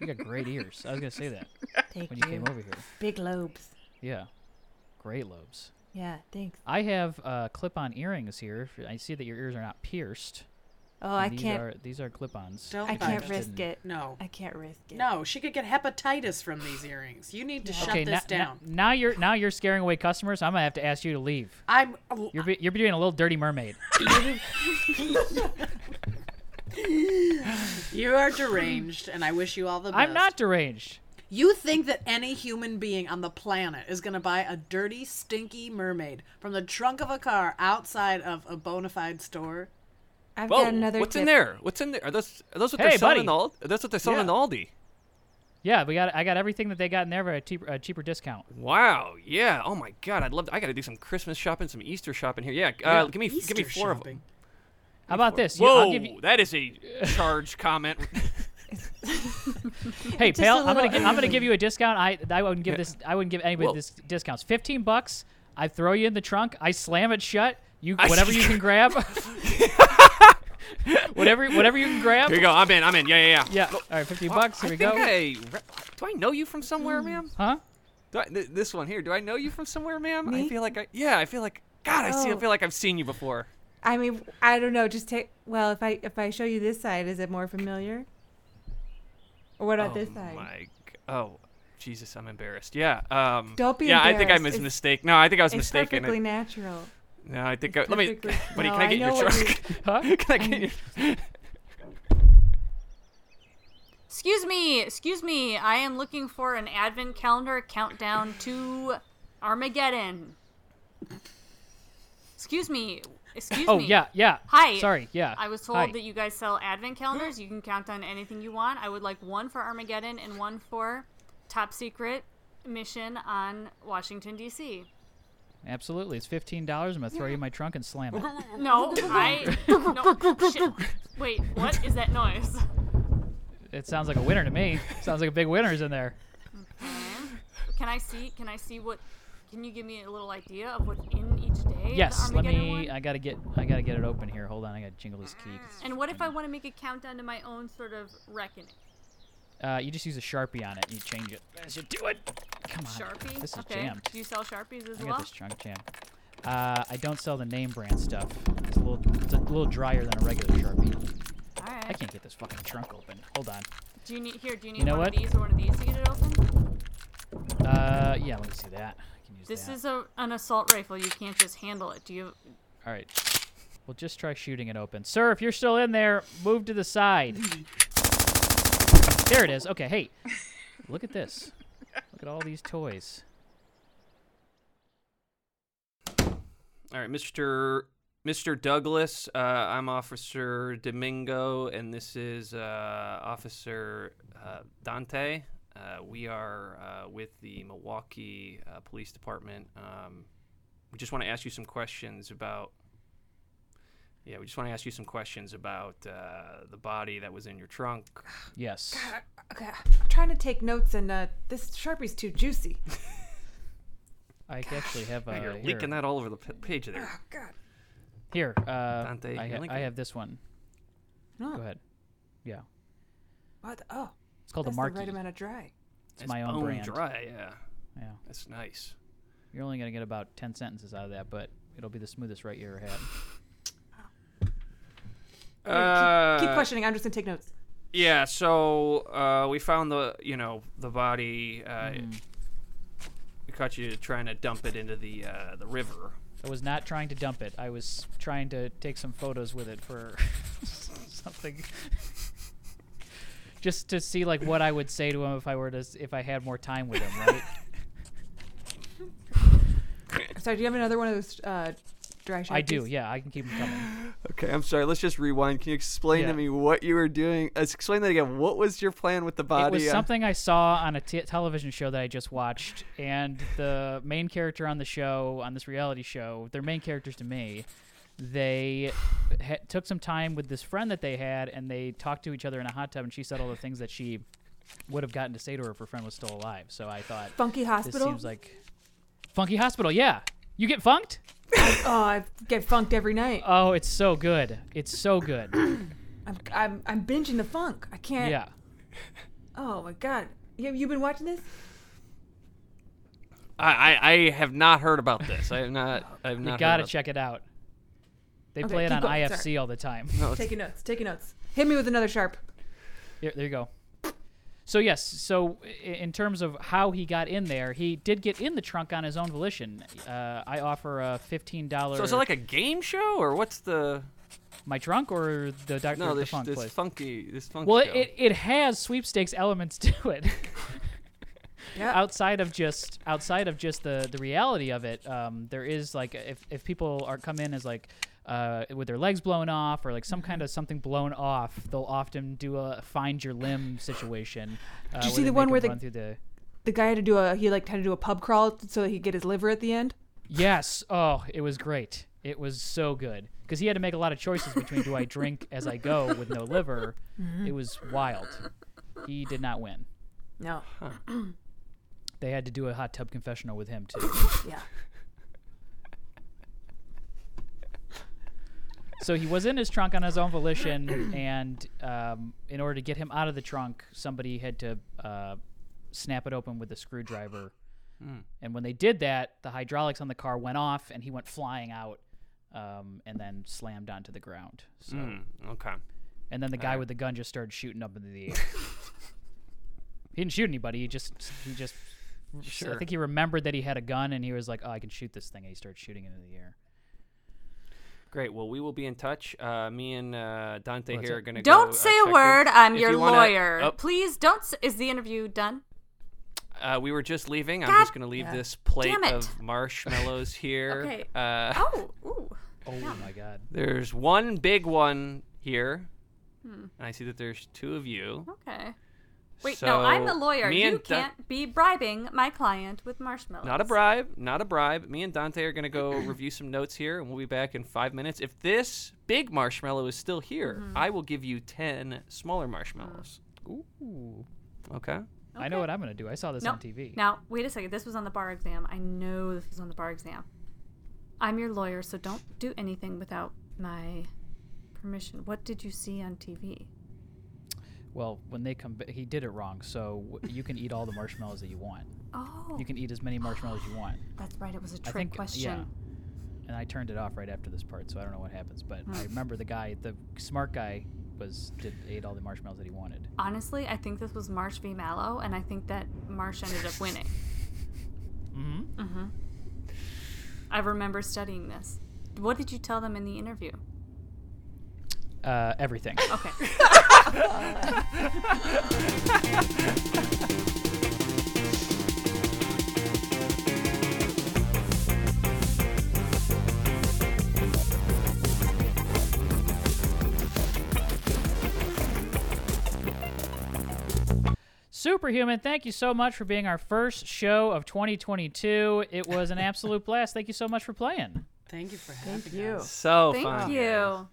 S2: You got great ears. I was gonna say that
S7: Thank
S2: when
S7: you.
S2: you came over here.
S7: Big lobes.
S2: Yeah. Great lobes.
S7: Yeah, thanks.
S2: I have uh, clip-on earrings here. If- I see that your ears are not pierced.
S7: Oh, I
S2: these
S7: can't.
S2: Are, these are clip-ons.
S6: Don't
S7: I
S6: buy
S7: can't
S6: it.
S7: risk it.
S6: No.
S7: I can't risk it.
S6: No, she could get hepatitis from these earrings. You need to shut
S2: okay,
S6: this
S2: now,
S6: down.
S2: now you're now you're scaring away customers. I'm gonna have to ask you to leave.
S6: I'm
S2: You're be, you're being a little dirty mermaid.
S6: you are deranged and I wish you all the best.
S2: I'm not deranged.
S6: You think that any human being on the planet is going to buy a dirty, stinky mermaid from the trunk of a car outside of a bona fide store?
S7: I've
S1: Whoa,
S7: got another
S1: what's in
S7: tip.
S1: there? What's in there? Are those are those what
S2: Hey,
S1: they're selling
S2: buddy.
S1: in Aldi? Are those what they're selling in
S6: Yeah.
S1: Aldi?
S2: Yeah, we got I got everything that they got in there for a, cheap, a cheaper discount.
S1: Wow. Yeah. Oh my God. I'd love. To, I got to do some Christmas shopping, some Easter shopping here. Yeah. Uh, Give me give me
S6: Easter
S1: four of them.
S6: shopping.
S2: How about this? You-
S1: Whoa.
S2: I'll give you,
S1: That is a charged comment.
S2: hey,
S7: a
S2: pal, I'm gonna
S7: little
S2: give, I'm gonna give you a discount. I I wouldn't give this I wouldn't give anybody
S1: Whoa.
S2: this discounts. Fifteen bucks. I throw you in the trunk. I slam it shut. You
S1: I
S2: whatever you
S1: see-
S2: can grab. whatever whatever you can grab.
S1: Here you go. I'm in. I'm in. Yeah. Yeah. Yeah.
S2: Yeah. All right, fifteen bucks. Here
S1: I
S2: we
S1: think
S2: go.
S1: I re- do I know you from somewhere,
S7: Hmm.
S1: ma'am?
S2: Huh?
S1: Do I, th- this one here. Do I know you from somewhere, ma'am? I feel like I. Yeah. I feel like. God. I see. I
S7: Oh.
S1: feel like I've seen you before.
S7: I mean, I don't know. Just take. Well, if I if I show you this side, is it more familiar? Or what about
S1: oh
S7: this side?
S1: my. g- Oh. Jesus, I'm embarrassed. Yeah. Um,
S7: Don't be
S1: Yeah, I think I
S7: embarrassed.
S1: was
S7: It's-
S1: mistaken. No, I think I was
S7: It's
S1: mistaken. I-
S7: perfectly natural.
S1: no, I think. I, let me.
S7: perfectly-
S1: Buddy,
S7: No,
S1: can I
S7: I
S1: get
S7: know
S1: your
S7: what
S1: truck?
S2: Huh?
S1: can I get your?
S5: Excuse me, excuse me. I am looking for an advent calendar countdown to Armageddon. Excuse me. Excuse
S2: Oh
S5: me.
S2: yeah, yeah.
S5: Hi.
S2: Sorry. Yeah.
S5: I was told that you guys sell advent calendars. You can count down anything you want. I would like one for Armageddon and one for Top Secret Mission on Washington D.C.
S2: Absolutely, it's fifteen dollars. I'm gonna throw you in my trunk and slam it.
S5: No, I. No, shit. Wait, what is that noise?
S2: It sounds like a winner to me. sounds like a big winner's in there.
S5: Can I see? Can I see what? Can you give me a little idea of what's in each day? of
S2: Yes.
S5: the
S2: Let
S5: Armageddon
S2: me.
S5: one?
S2: I gotta get. I gotta get it open here. Hold on. I gotta jingle this key. 'cause-
S5: And what if I want to make a countdown to my own sort of reckoning?
S2: Uh, you just use a sharpie on it. and You change it. That should do it. Come on.
S5: Sharpie.
S2: This is
S5: okay.
S2: jammed.
S5: Do you sell sharpies as
S2: I got
S5: well?
S2: this trunk jam. Uh, I don't sell the name brand stuff. It's a little. It's a little drier than a regular sharpie.
S5: All right.
S2: I can't get this fucking trunk open. Hold on.
S5: Do you need here? Do you need
S2: know
S5: one
S2: what?
S5: of these or one of these to get it open?
S2: Uh, yeah. Let me see that. I can use
S5: This
S2: that.
S5: is a, an assault rifle. You can't just handle it. Do you?
S1: uh,
S2: All right. We'll just try shooting it open. Sir, if you're still in there, move to the side. There it is. Okay, hey. Look at this. Look at all these toys.
S1: All right, Mr. Mr. Douglas, uh, I'm Officer Domingo, and this is uh, Officer uh, Dante. Uh, we are uh, with the Milwaukee uh, Police Department. Um, we just want to ask you some questions about. Yeah, we just want to ask you some questions about uh, the body that was in your trunk.
S2: Yes.
S7: Okay, I'm trying to take notes, and uh, this sharpie's too juicy.
S2: I actually have a.
S1: Oh, You're
S2: here.
S1: leaking that all over the p- page there.
S7: Oh, God.
S2: Here. Uh,
S1: Dante,
S2: I,
S1: you're
S2: ha- I
S1: leaking.
S2: have this one.
S7: Oh.
S2: Go ahead. Yeah.
S7: What? the- Oh,
S2: It's called
S3: That's
S2: a
S3: the
S2: marquee.
S3: right amount of dry.
S2: it's my own
S1: bone
S2: brand.
S1: dry. Yeah,
S2: Yeah,
S1: that's nice.
S2: you're only gonna get about ten sentences out of that, but it'll be the smoothest right you ever had.
S1: Uh,
S7: Keep questioning. I'm just gonna take notes.
S1: Yeah, so uh, we found the you know the body. Uh, We caught you trying to dump it into the uh, the river.
S2: I was not trying to dump it. I was trying to take some photos with it for something, just to see like what I would say to him if I were to s- if I had more time with him, right?
S7: Sorry, do you have another one of those uh, dry shampoos?
S2: I do. Yeah, I can keep him coming.
S1: Okay, I'm sorry. Let's just rewind. Can you explain
S2: Yeah.
S1: to me what you were doing? Uh, explain that again. What was your plan with the
S2: It
S1: body?
S2: was
S1: Uh,
S2: something I saw on a t- television show that I just watched, and the main character on the show, on this reality show, their main characters to me, they ha- took some time with this friend that they had, and they talked to each other in a hot tub, and she said all the things that she would have gotten to say to her if her friend was still alive. So I thought
S7: Funky
S2: this
S7: hospital.
S2: seems like Funky Hospital. Yeah, you get funked.
S7: oh, I get funked every night.
S2: Oh, it's so good. It's so good.
S7: I'm, I'm, I'm binging the funk. I can't.
S2: yeah.
S7: Oh my god. You, you've been watching this?
S1: I, I I have not heard about this. I have not. I have not.
S2: You
S1: heard
S2: gotta
S1: about-
S2: check it out. They
S7: Okay,
S2: play it
S7: keep
S2: on
S7: going,
S2: IFC all the time.
S1: No, it's-
S7: Taking notes. Taking notes. Hit me with another sharp.
S2: There, there you go. So yes, so i- in terms of how he got in there, he did get in the trunk on his own volition. Uh, I offer a fifteen dollar.
S1: so is it like a game show or what's the
S2: my trunk or the Doctor
S1: no
S2: the
S1: this,
S2: Funk
S1: this
S2: place?
S1: funky this funky
S2: well, it,
S1: show.
S2: it, it has sweepstakes elements to it.
S7: Yeah.
S2: outside of just outside of just the the reality of it um there is like if if people are come in as like uh, with their legs blown off or like some
S7: Mm-hmm.
S2: kind of something blown off they'll often do a find your limb situation uh,
S7: you see
S2: they
S7: the one
S2: make 'em
S7: where the-
S2: run through the
S7: The guy had to do a. He like had to do a pub crawl so that he'd get his liver at the end.
S2: yes oh it was great it was so good because he had to make a lot of choices between do i drink as i go with no liver
S7: Mm-hmm.
S2: it was wild he did not win
S7: No.
S2: they had to do a hot tub confessional with him too
S7: Yeah.
S2: so he was in his trunk on his own volition, and um, in order to get him out of the trunk, somebody had to uh, snap it open with a screwdriver. And when they did that, the hydraulics on the car went off, and he went flying out, um, and then slammed onto the ground. So,
S1: okay.
S2: and then the guy with the gun just started shooting up into the air. he didn't shoot anybody. He just he just. I
S1: Sure.
S2: think he remembered that he had a gun, and he was like, "Oh, I can shoot this thing," and he started shooting into the air.
S1: Great. Well, we will be in touch. Uh, me and uh, Dante
S2: Well, that's
S1: here
S2: it.
S1: are gonna.
S5: Don't
S1: go, uh,
S5: say
S1: check
S5: a
S1: in.
S5: word. I'm
S1: If
S5: your
S1: you wanna-
S5: lawyer.
S1: oh,
S5: Please don't. s- Is the interview done?
S1: uh, we were just leaving. I'm
S5: God
S1: just gonna leave this plate
S5: damn it.
S1: of marshmallows here.
S5: Okay.
S1: Uh,
S5: Oh, ooh.
S2: Oh my god!
S1: There's one big one here,
S5: Hmm.
S1: and I see that there's two of you.
S5: Okay. Wait, no, I'm the
S1: So,
S5: lawyer.
S1: me
S5: You
S1: and Dan-
S5: can't be bribing my client with marshmallows.
S1: Not a bribe, not a bribe. Me and Dante are gonna go review some notes here, and we'll be back in five minutes. If this big marshmallow is still here, I will give you ten smaller marshmallows.
S2: Uh-huh. Ooh.
S1: Okay.
S2: I know what I'm gonna do. I saw this
S5: No.
S2: on TV.
S5: Now, wait a second. This was on the bar exam. I know this was on the bar exam. I'm your lawyer, so don't do anything without my permission. What did you see on TV?
S2: Well, when they come, ba- he did it wrong. So w- you can eat all the marshmallows that you want.
S5: Oh,
S2: You can eat as many marshmallows you want.
S5: that's right. It was a
S2: I
S5: trick
S2: think yeah.
S5: question.
S2: And I turned it off right after this part, so I don't know what happens. But
S5: Hmm.
S2: I remember the guy, the smart guy, was did ate all the marshmallows that he wanted.
S5: Honestly, I think this was Marsh v. Mallow, and I think that Marsh ended up winning. Mm-hmm.
S2: Mm-hmm.
S5: I remember studying this. What did you tell them in the interview?
S2: Uh, everything.
S5: Okay.
S2: Superhuman, thank you so much for being our first show of 2022. It was an absolute blast. Thank you so much for playing.
S6: Thank you for having
S7: Thank you.
S6: us.
S1: So
S5: Thank
S1: fun.
S5: you.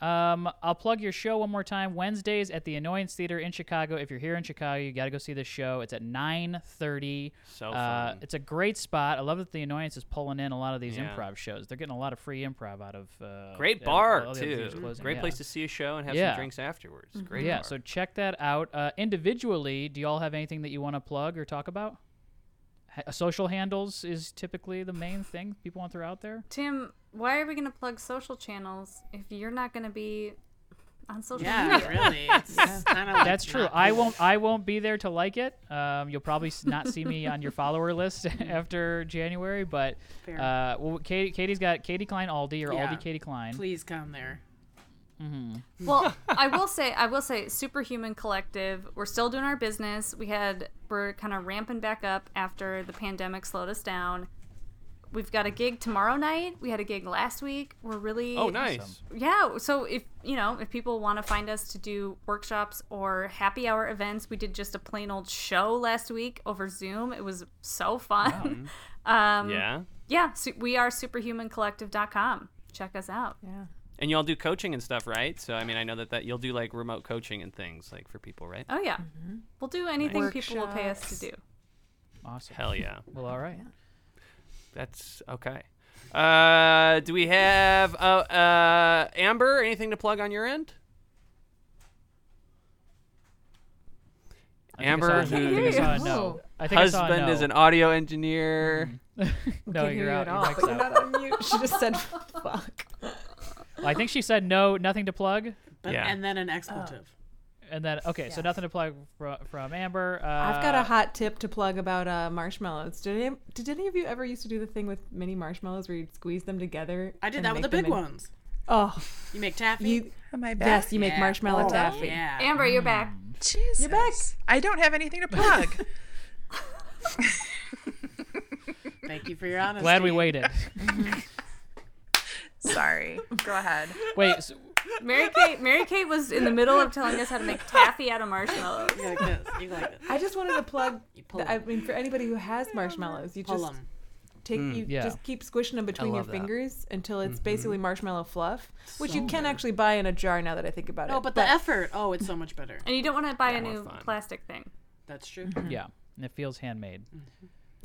S2: Um, I'll plug your show one more time. Wednesdays at the Annoyance Theater in Chicago. If you're here in Chicago, you got to go see this show. It's at 9:30.
S1: So
S2: Uh,
S1: fun.
S2: it's a great spot. I love that the Annoyance is pulling in a lot of these
S1: Yeah.
S2: improv shows. They're getting a lot of free improv out of uh,
S1: Great
S2: yeah,
S1: bar
S2: all the other
S1: too.
S2: theaters closing,
S1: Great
S2: yeah.
S1: place to see a show and have
S2: Yeah.
S1: some drinks afterwards. Great.
S2: Yeah,
S1: bar.
S2: so check that out. Uh, individually, do you all have anything that you want to plug or talk about? Ha- social handles is typically the main thing people want throughout there.
S5: Tim, why are we going to plug social channels if you're not going to be on social
S6: Yeah,
S5: media?
S6: really. It's kind of like
S2: That's true.
S6: not
S2: I
S6: cool.
S2: won't. I won't be there to like it. Um, you'll probably s- not see me on your follower list after January. But
S6: Fair.
S2: uh, well, Katie, Katie's got Katie Klein Aldi or
S6: Yeah.
S2: Aldi Katie Klein.
S6: Please come there.
S5: Well, I will say, I will say, Superhuman Collective, we're still doing our business. We had, we're kind of ramping back up after the pandemic slowed us down. We've got a gig tomorrow night. We had a gig last week. We're really
S1: oh, nice.
S5: yeah so if you know if people want to find us to do workshops or happy hour events we did just a plain old show last week over zoom it was so fun um yeah,
S1: Yeah.
S5: su- we are superhumancollective.com check us out
S3: Yeah.
S1: And y'all do coaching and stuff, right? So I mean, I know that that you'll do like remote coaching and things like for people, right?
S5: oh yeah
S1: Mm-hmm.
S5: we'll do anything people will pay us
S3: Workshops.
S5: to do
S2: Awesome.
S1: Hell yeah.
S2: Well, all right.
S1: That's okay. Uh, do we have uh, uh, Amber? Anything to plug on your end?
S2: I think I saw
S1: Amber,
S2: a no. I think
S1: whose
S2: I saw a no. I think I saw a
S1: husband
S2: no.
S1: is an audio engineer.
S2: no,
S3: Can't hear
S2: you're
S3: you
S2: out.
S3: at
S2: Your
S3: all.
S2: mic's
S3: You're
S2: out.
S3: not on mute. She just said, "Fuck."
S2: I think she said no. Nothing to plug.
S6: But,
S1: Yeah.
S6: And then an expletive.
S2: And then okay, so nothing to plug from, from Amber. Uh,
S3: I've got a hot tip to plug about uh, marshmallows. Did any, did any of you ever used to do the thing with mini marshmallows where you'd squeeze them together?
S6: I did
S3: and
S6: that with
S3: make
S6: the
S3: them
S6: big
S3: in-
S6: ones.
S3: Oh,
S6: You make taffy.
S3: you,
S4: Am I back?
S3: yes, you make
S6: Yeah.
S3: marshmallow
S6: Oh,
S3: taffy.
S1: Mm.
S6: Yeah.
S5: amber you're back
S4: Jesus. You're
S3: back.
S4: I don't have anything to plug.
S6: Thank you for your honesty.
S2: Glad we waited.
S4: Sorry. Go ahead.
S2: Wait, so,
S5: mary kate mary kate was in the middle of telling us how to make taffy out of marshmallows
S6: You like this. You like this.
S3: I just wanted to plug.
S6: You pull
S3: I
S6: them.
S3: mean, for anybody who has marshmallows, you
S6: Pull
S3: just
S6: them.
S3: take you
S2: Yeah.
S3: just keep squishing them between your
S1: Hmm, love that. Mm-hmm.
S3: fingers until it's basically marshmallow fluff, which you can actually buy in a jar. Now that I think about it,
S6: No, but the effort. Oh, it's so much better.
S5: and you don't want to buy a
S1: more
S5: new
S1: fun.
S5: plastic thing
S6: That's true.
S2: yeah, and it feels handmade.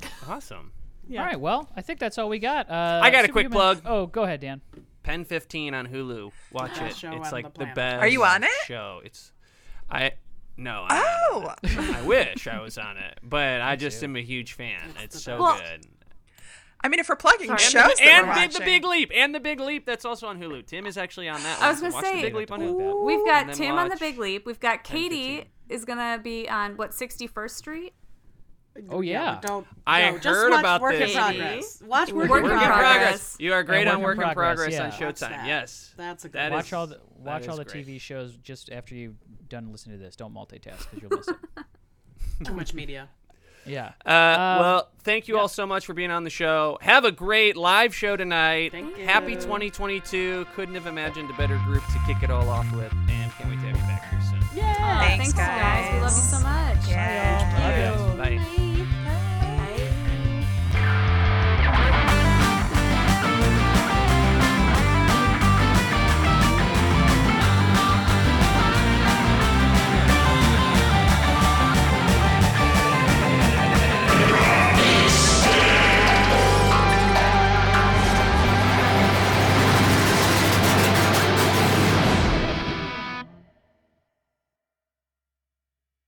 S2: Mm-hmm.
S1: Awesome.
S3: Yeah.
S2: All right, well, I think that's all we got. Uh,
S1: I got a quick plug.
S2: Superhuman- Oh, go ahead, Dan.
S1: Pen 15 on Hulu. Watch it.
S6: show
S1: It's
S6: on
S1: like
S6: the
S1: the,
S6: planet.
S1: best.
S4: Are you on it?
S1: Show. It's I no. I'm not on
S4: Oh,
S1: it. I wish I was on it, but I just am a huge fan. It's so
S5: Well,
S1: good.
S4: I mean, if we're plugging
S5: Sorry.
S4: shows that
S1: And
S4: we're
S1: Big- the
S4: watching-
S1: Big Leap, and the Big Leap that's also on Hulu. Tim is actually on that. one,
S5: I was
S1: so
S5: gonna
S1: watch
S5: say,
S1: the Big Leap on Hulu.
S5: We've got
S1: And then
S5: Tim on the
S1: watch
S5: Big Leap. We've got Katie
S1: 15.
S5: is gonna be on what 61st Street.
S2: Oh, yeah.
S6: but Don't.
S1: I
S6: no, just
S1: heard
S6: watch
S1: about
S6: Work
S1: this.
S6: in progress. Watch work,
S5: Work
S6: in
S5: in
S6: progress.
S5: Progress.
S1: You are great
S2: Yeah,
S1: on Work
S2: Work in
S1: in Progress,
S2: Progress, yeah.
S1: on Showtime.
S6: That's that.
S1: Yes.
S6: That's a good
S1: That
S6: one.
S2: Watch
S1: is-
S2: all the watch
S1: is
S2: all the
S1: great.
S2: TV shows just after you've done listening to this. Don't multitask because you'll miss it.
S6: Too much media.
S2: Yeah.
S1: Uh, well, thank you all so much for being on the show. Have a great live show tonight.
S6: Thank
S1: Happy
S6: you.
S1: 2022. Couldn't have imagined a better group to kick it all off with, and can't wait to have you back here soon.
S5: Yeah, thanks,
S4: Thanks,
S5: guys. We love you so much.
S4: Yeah.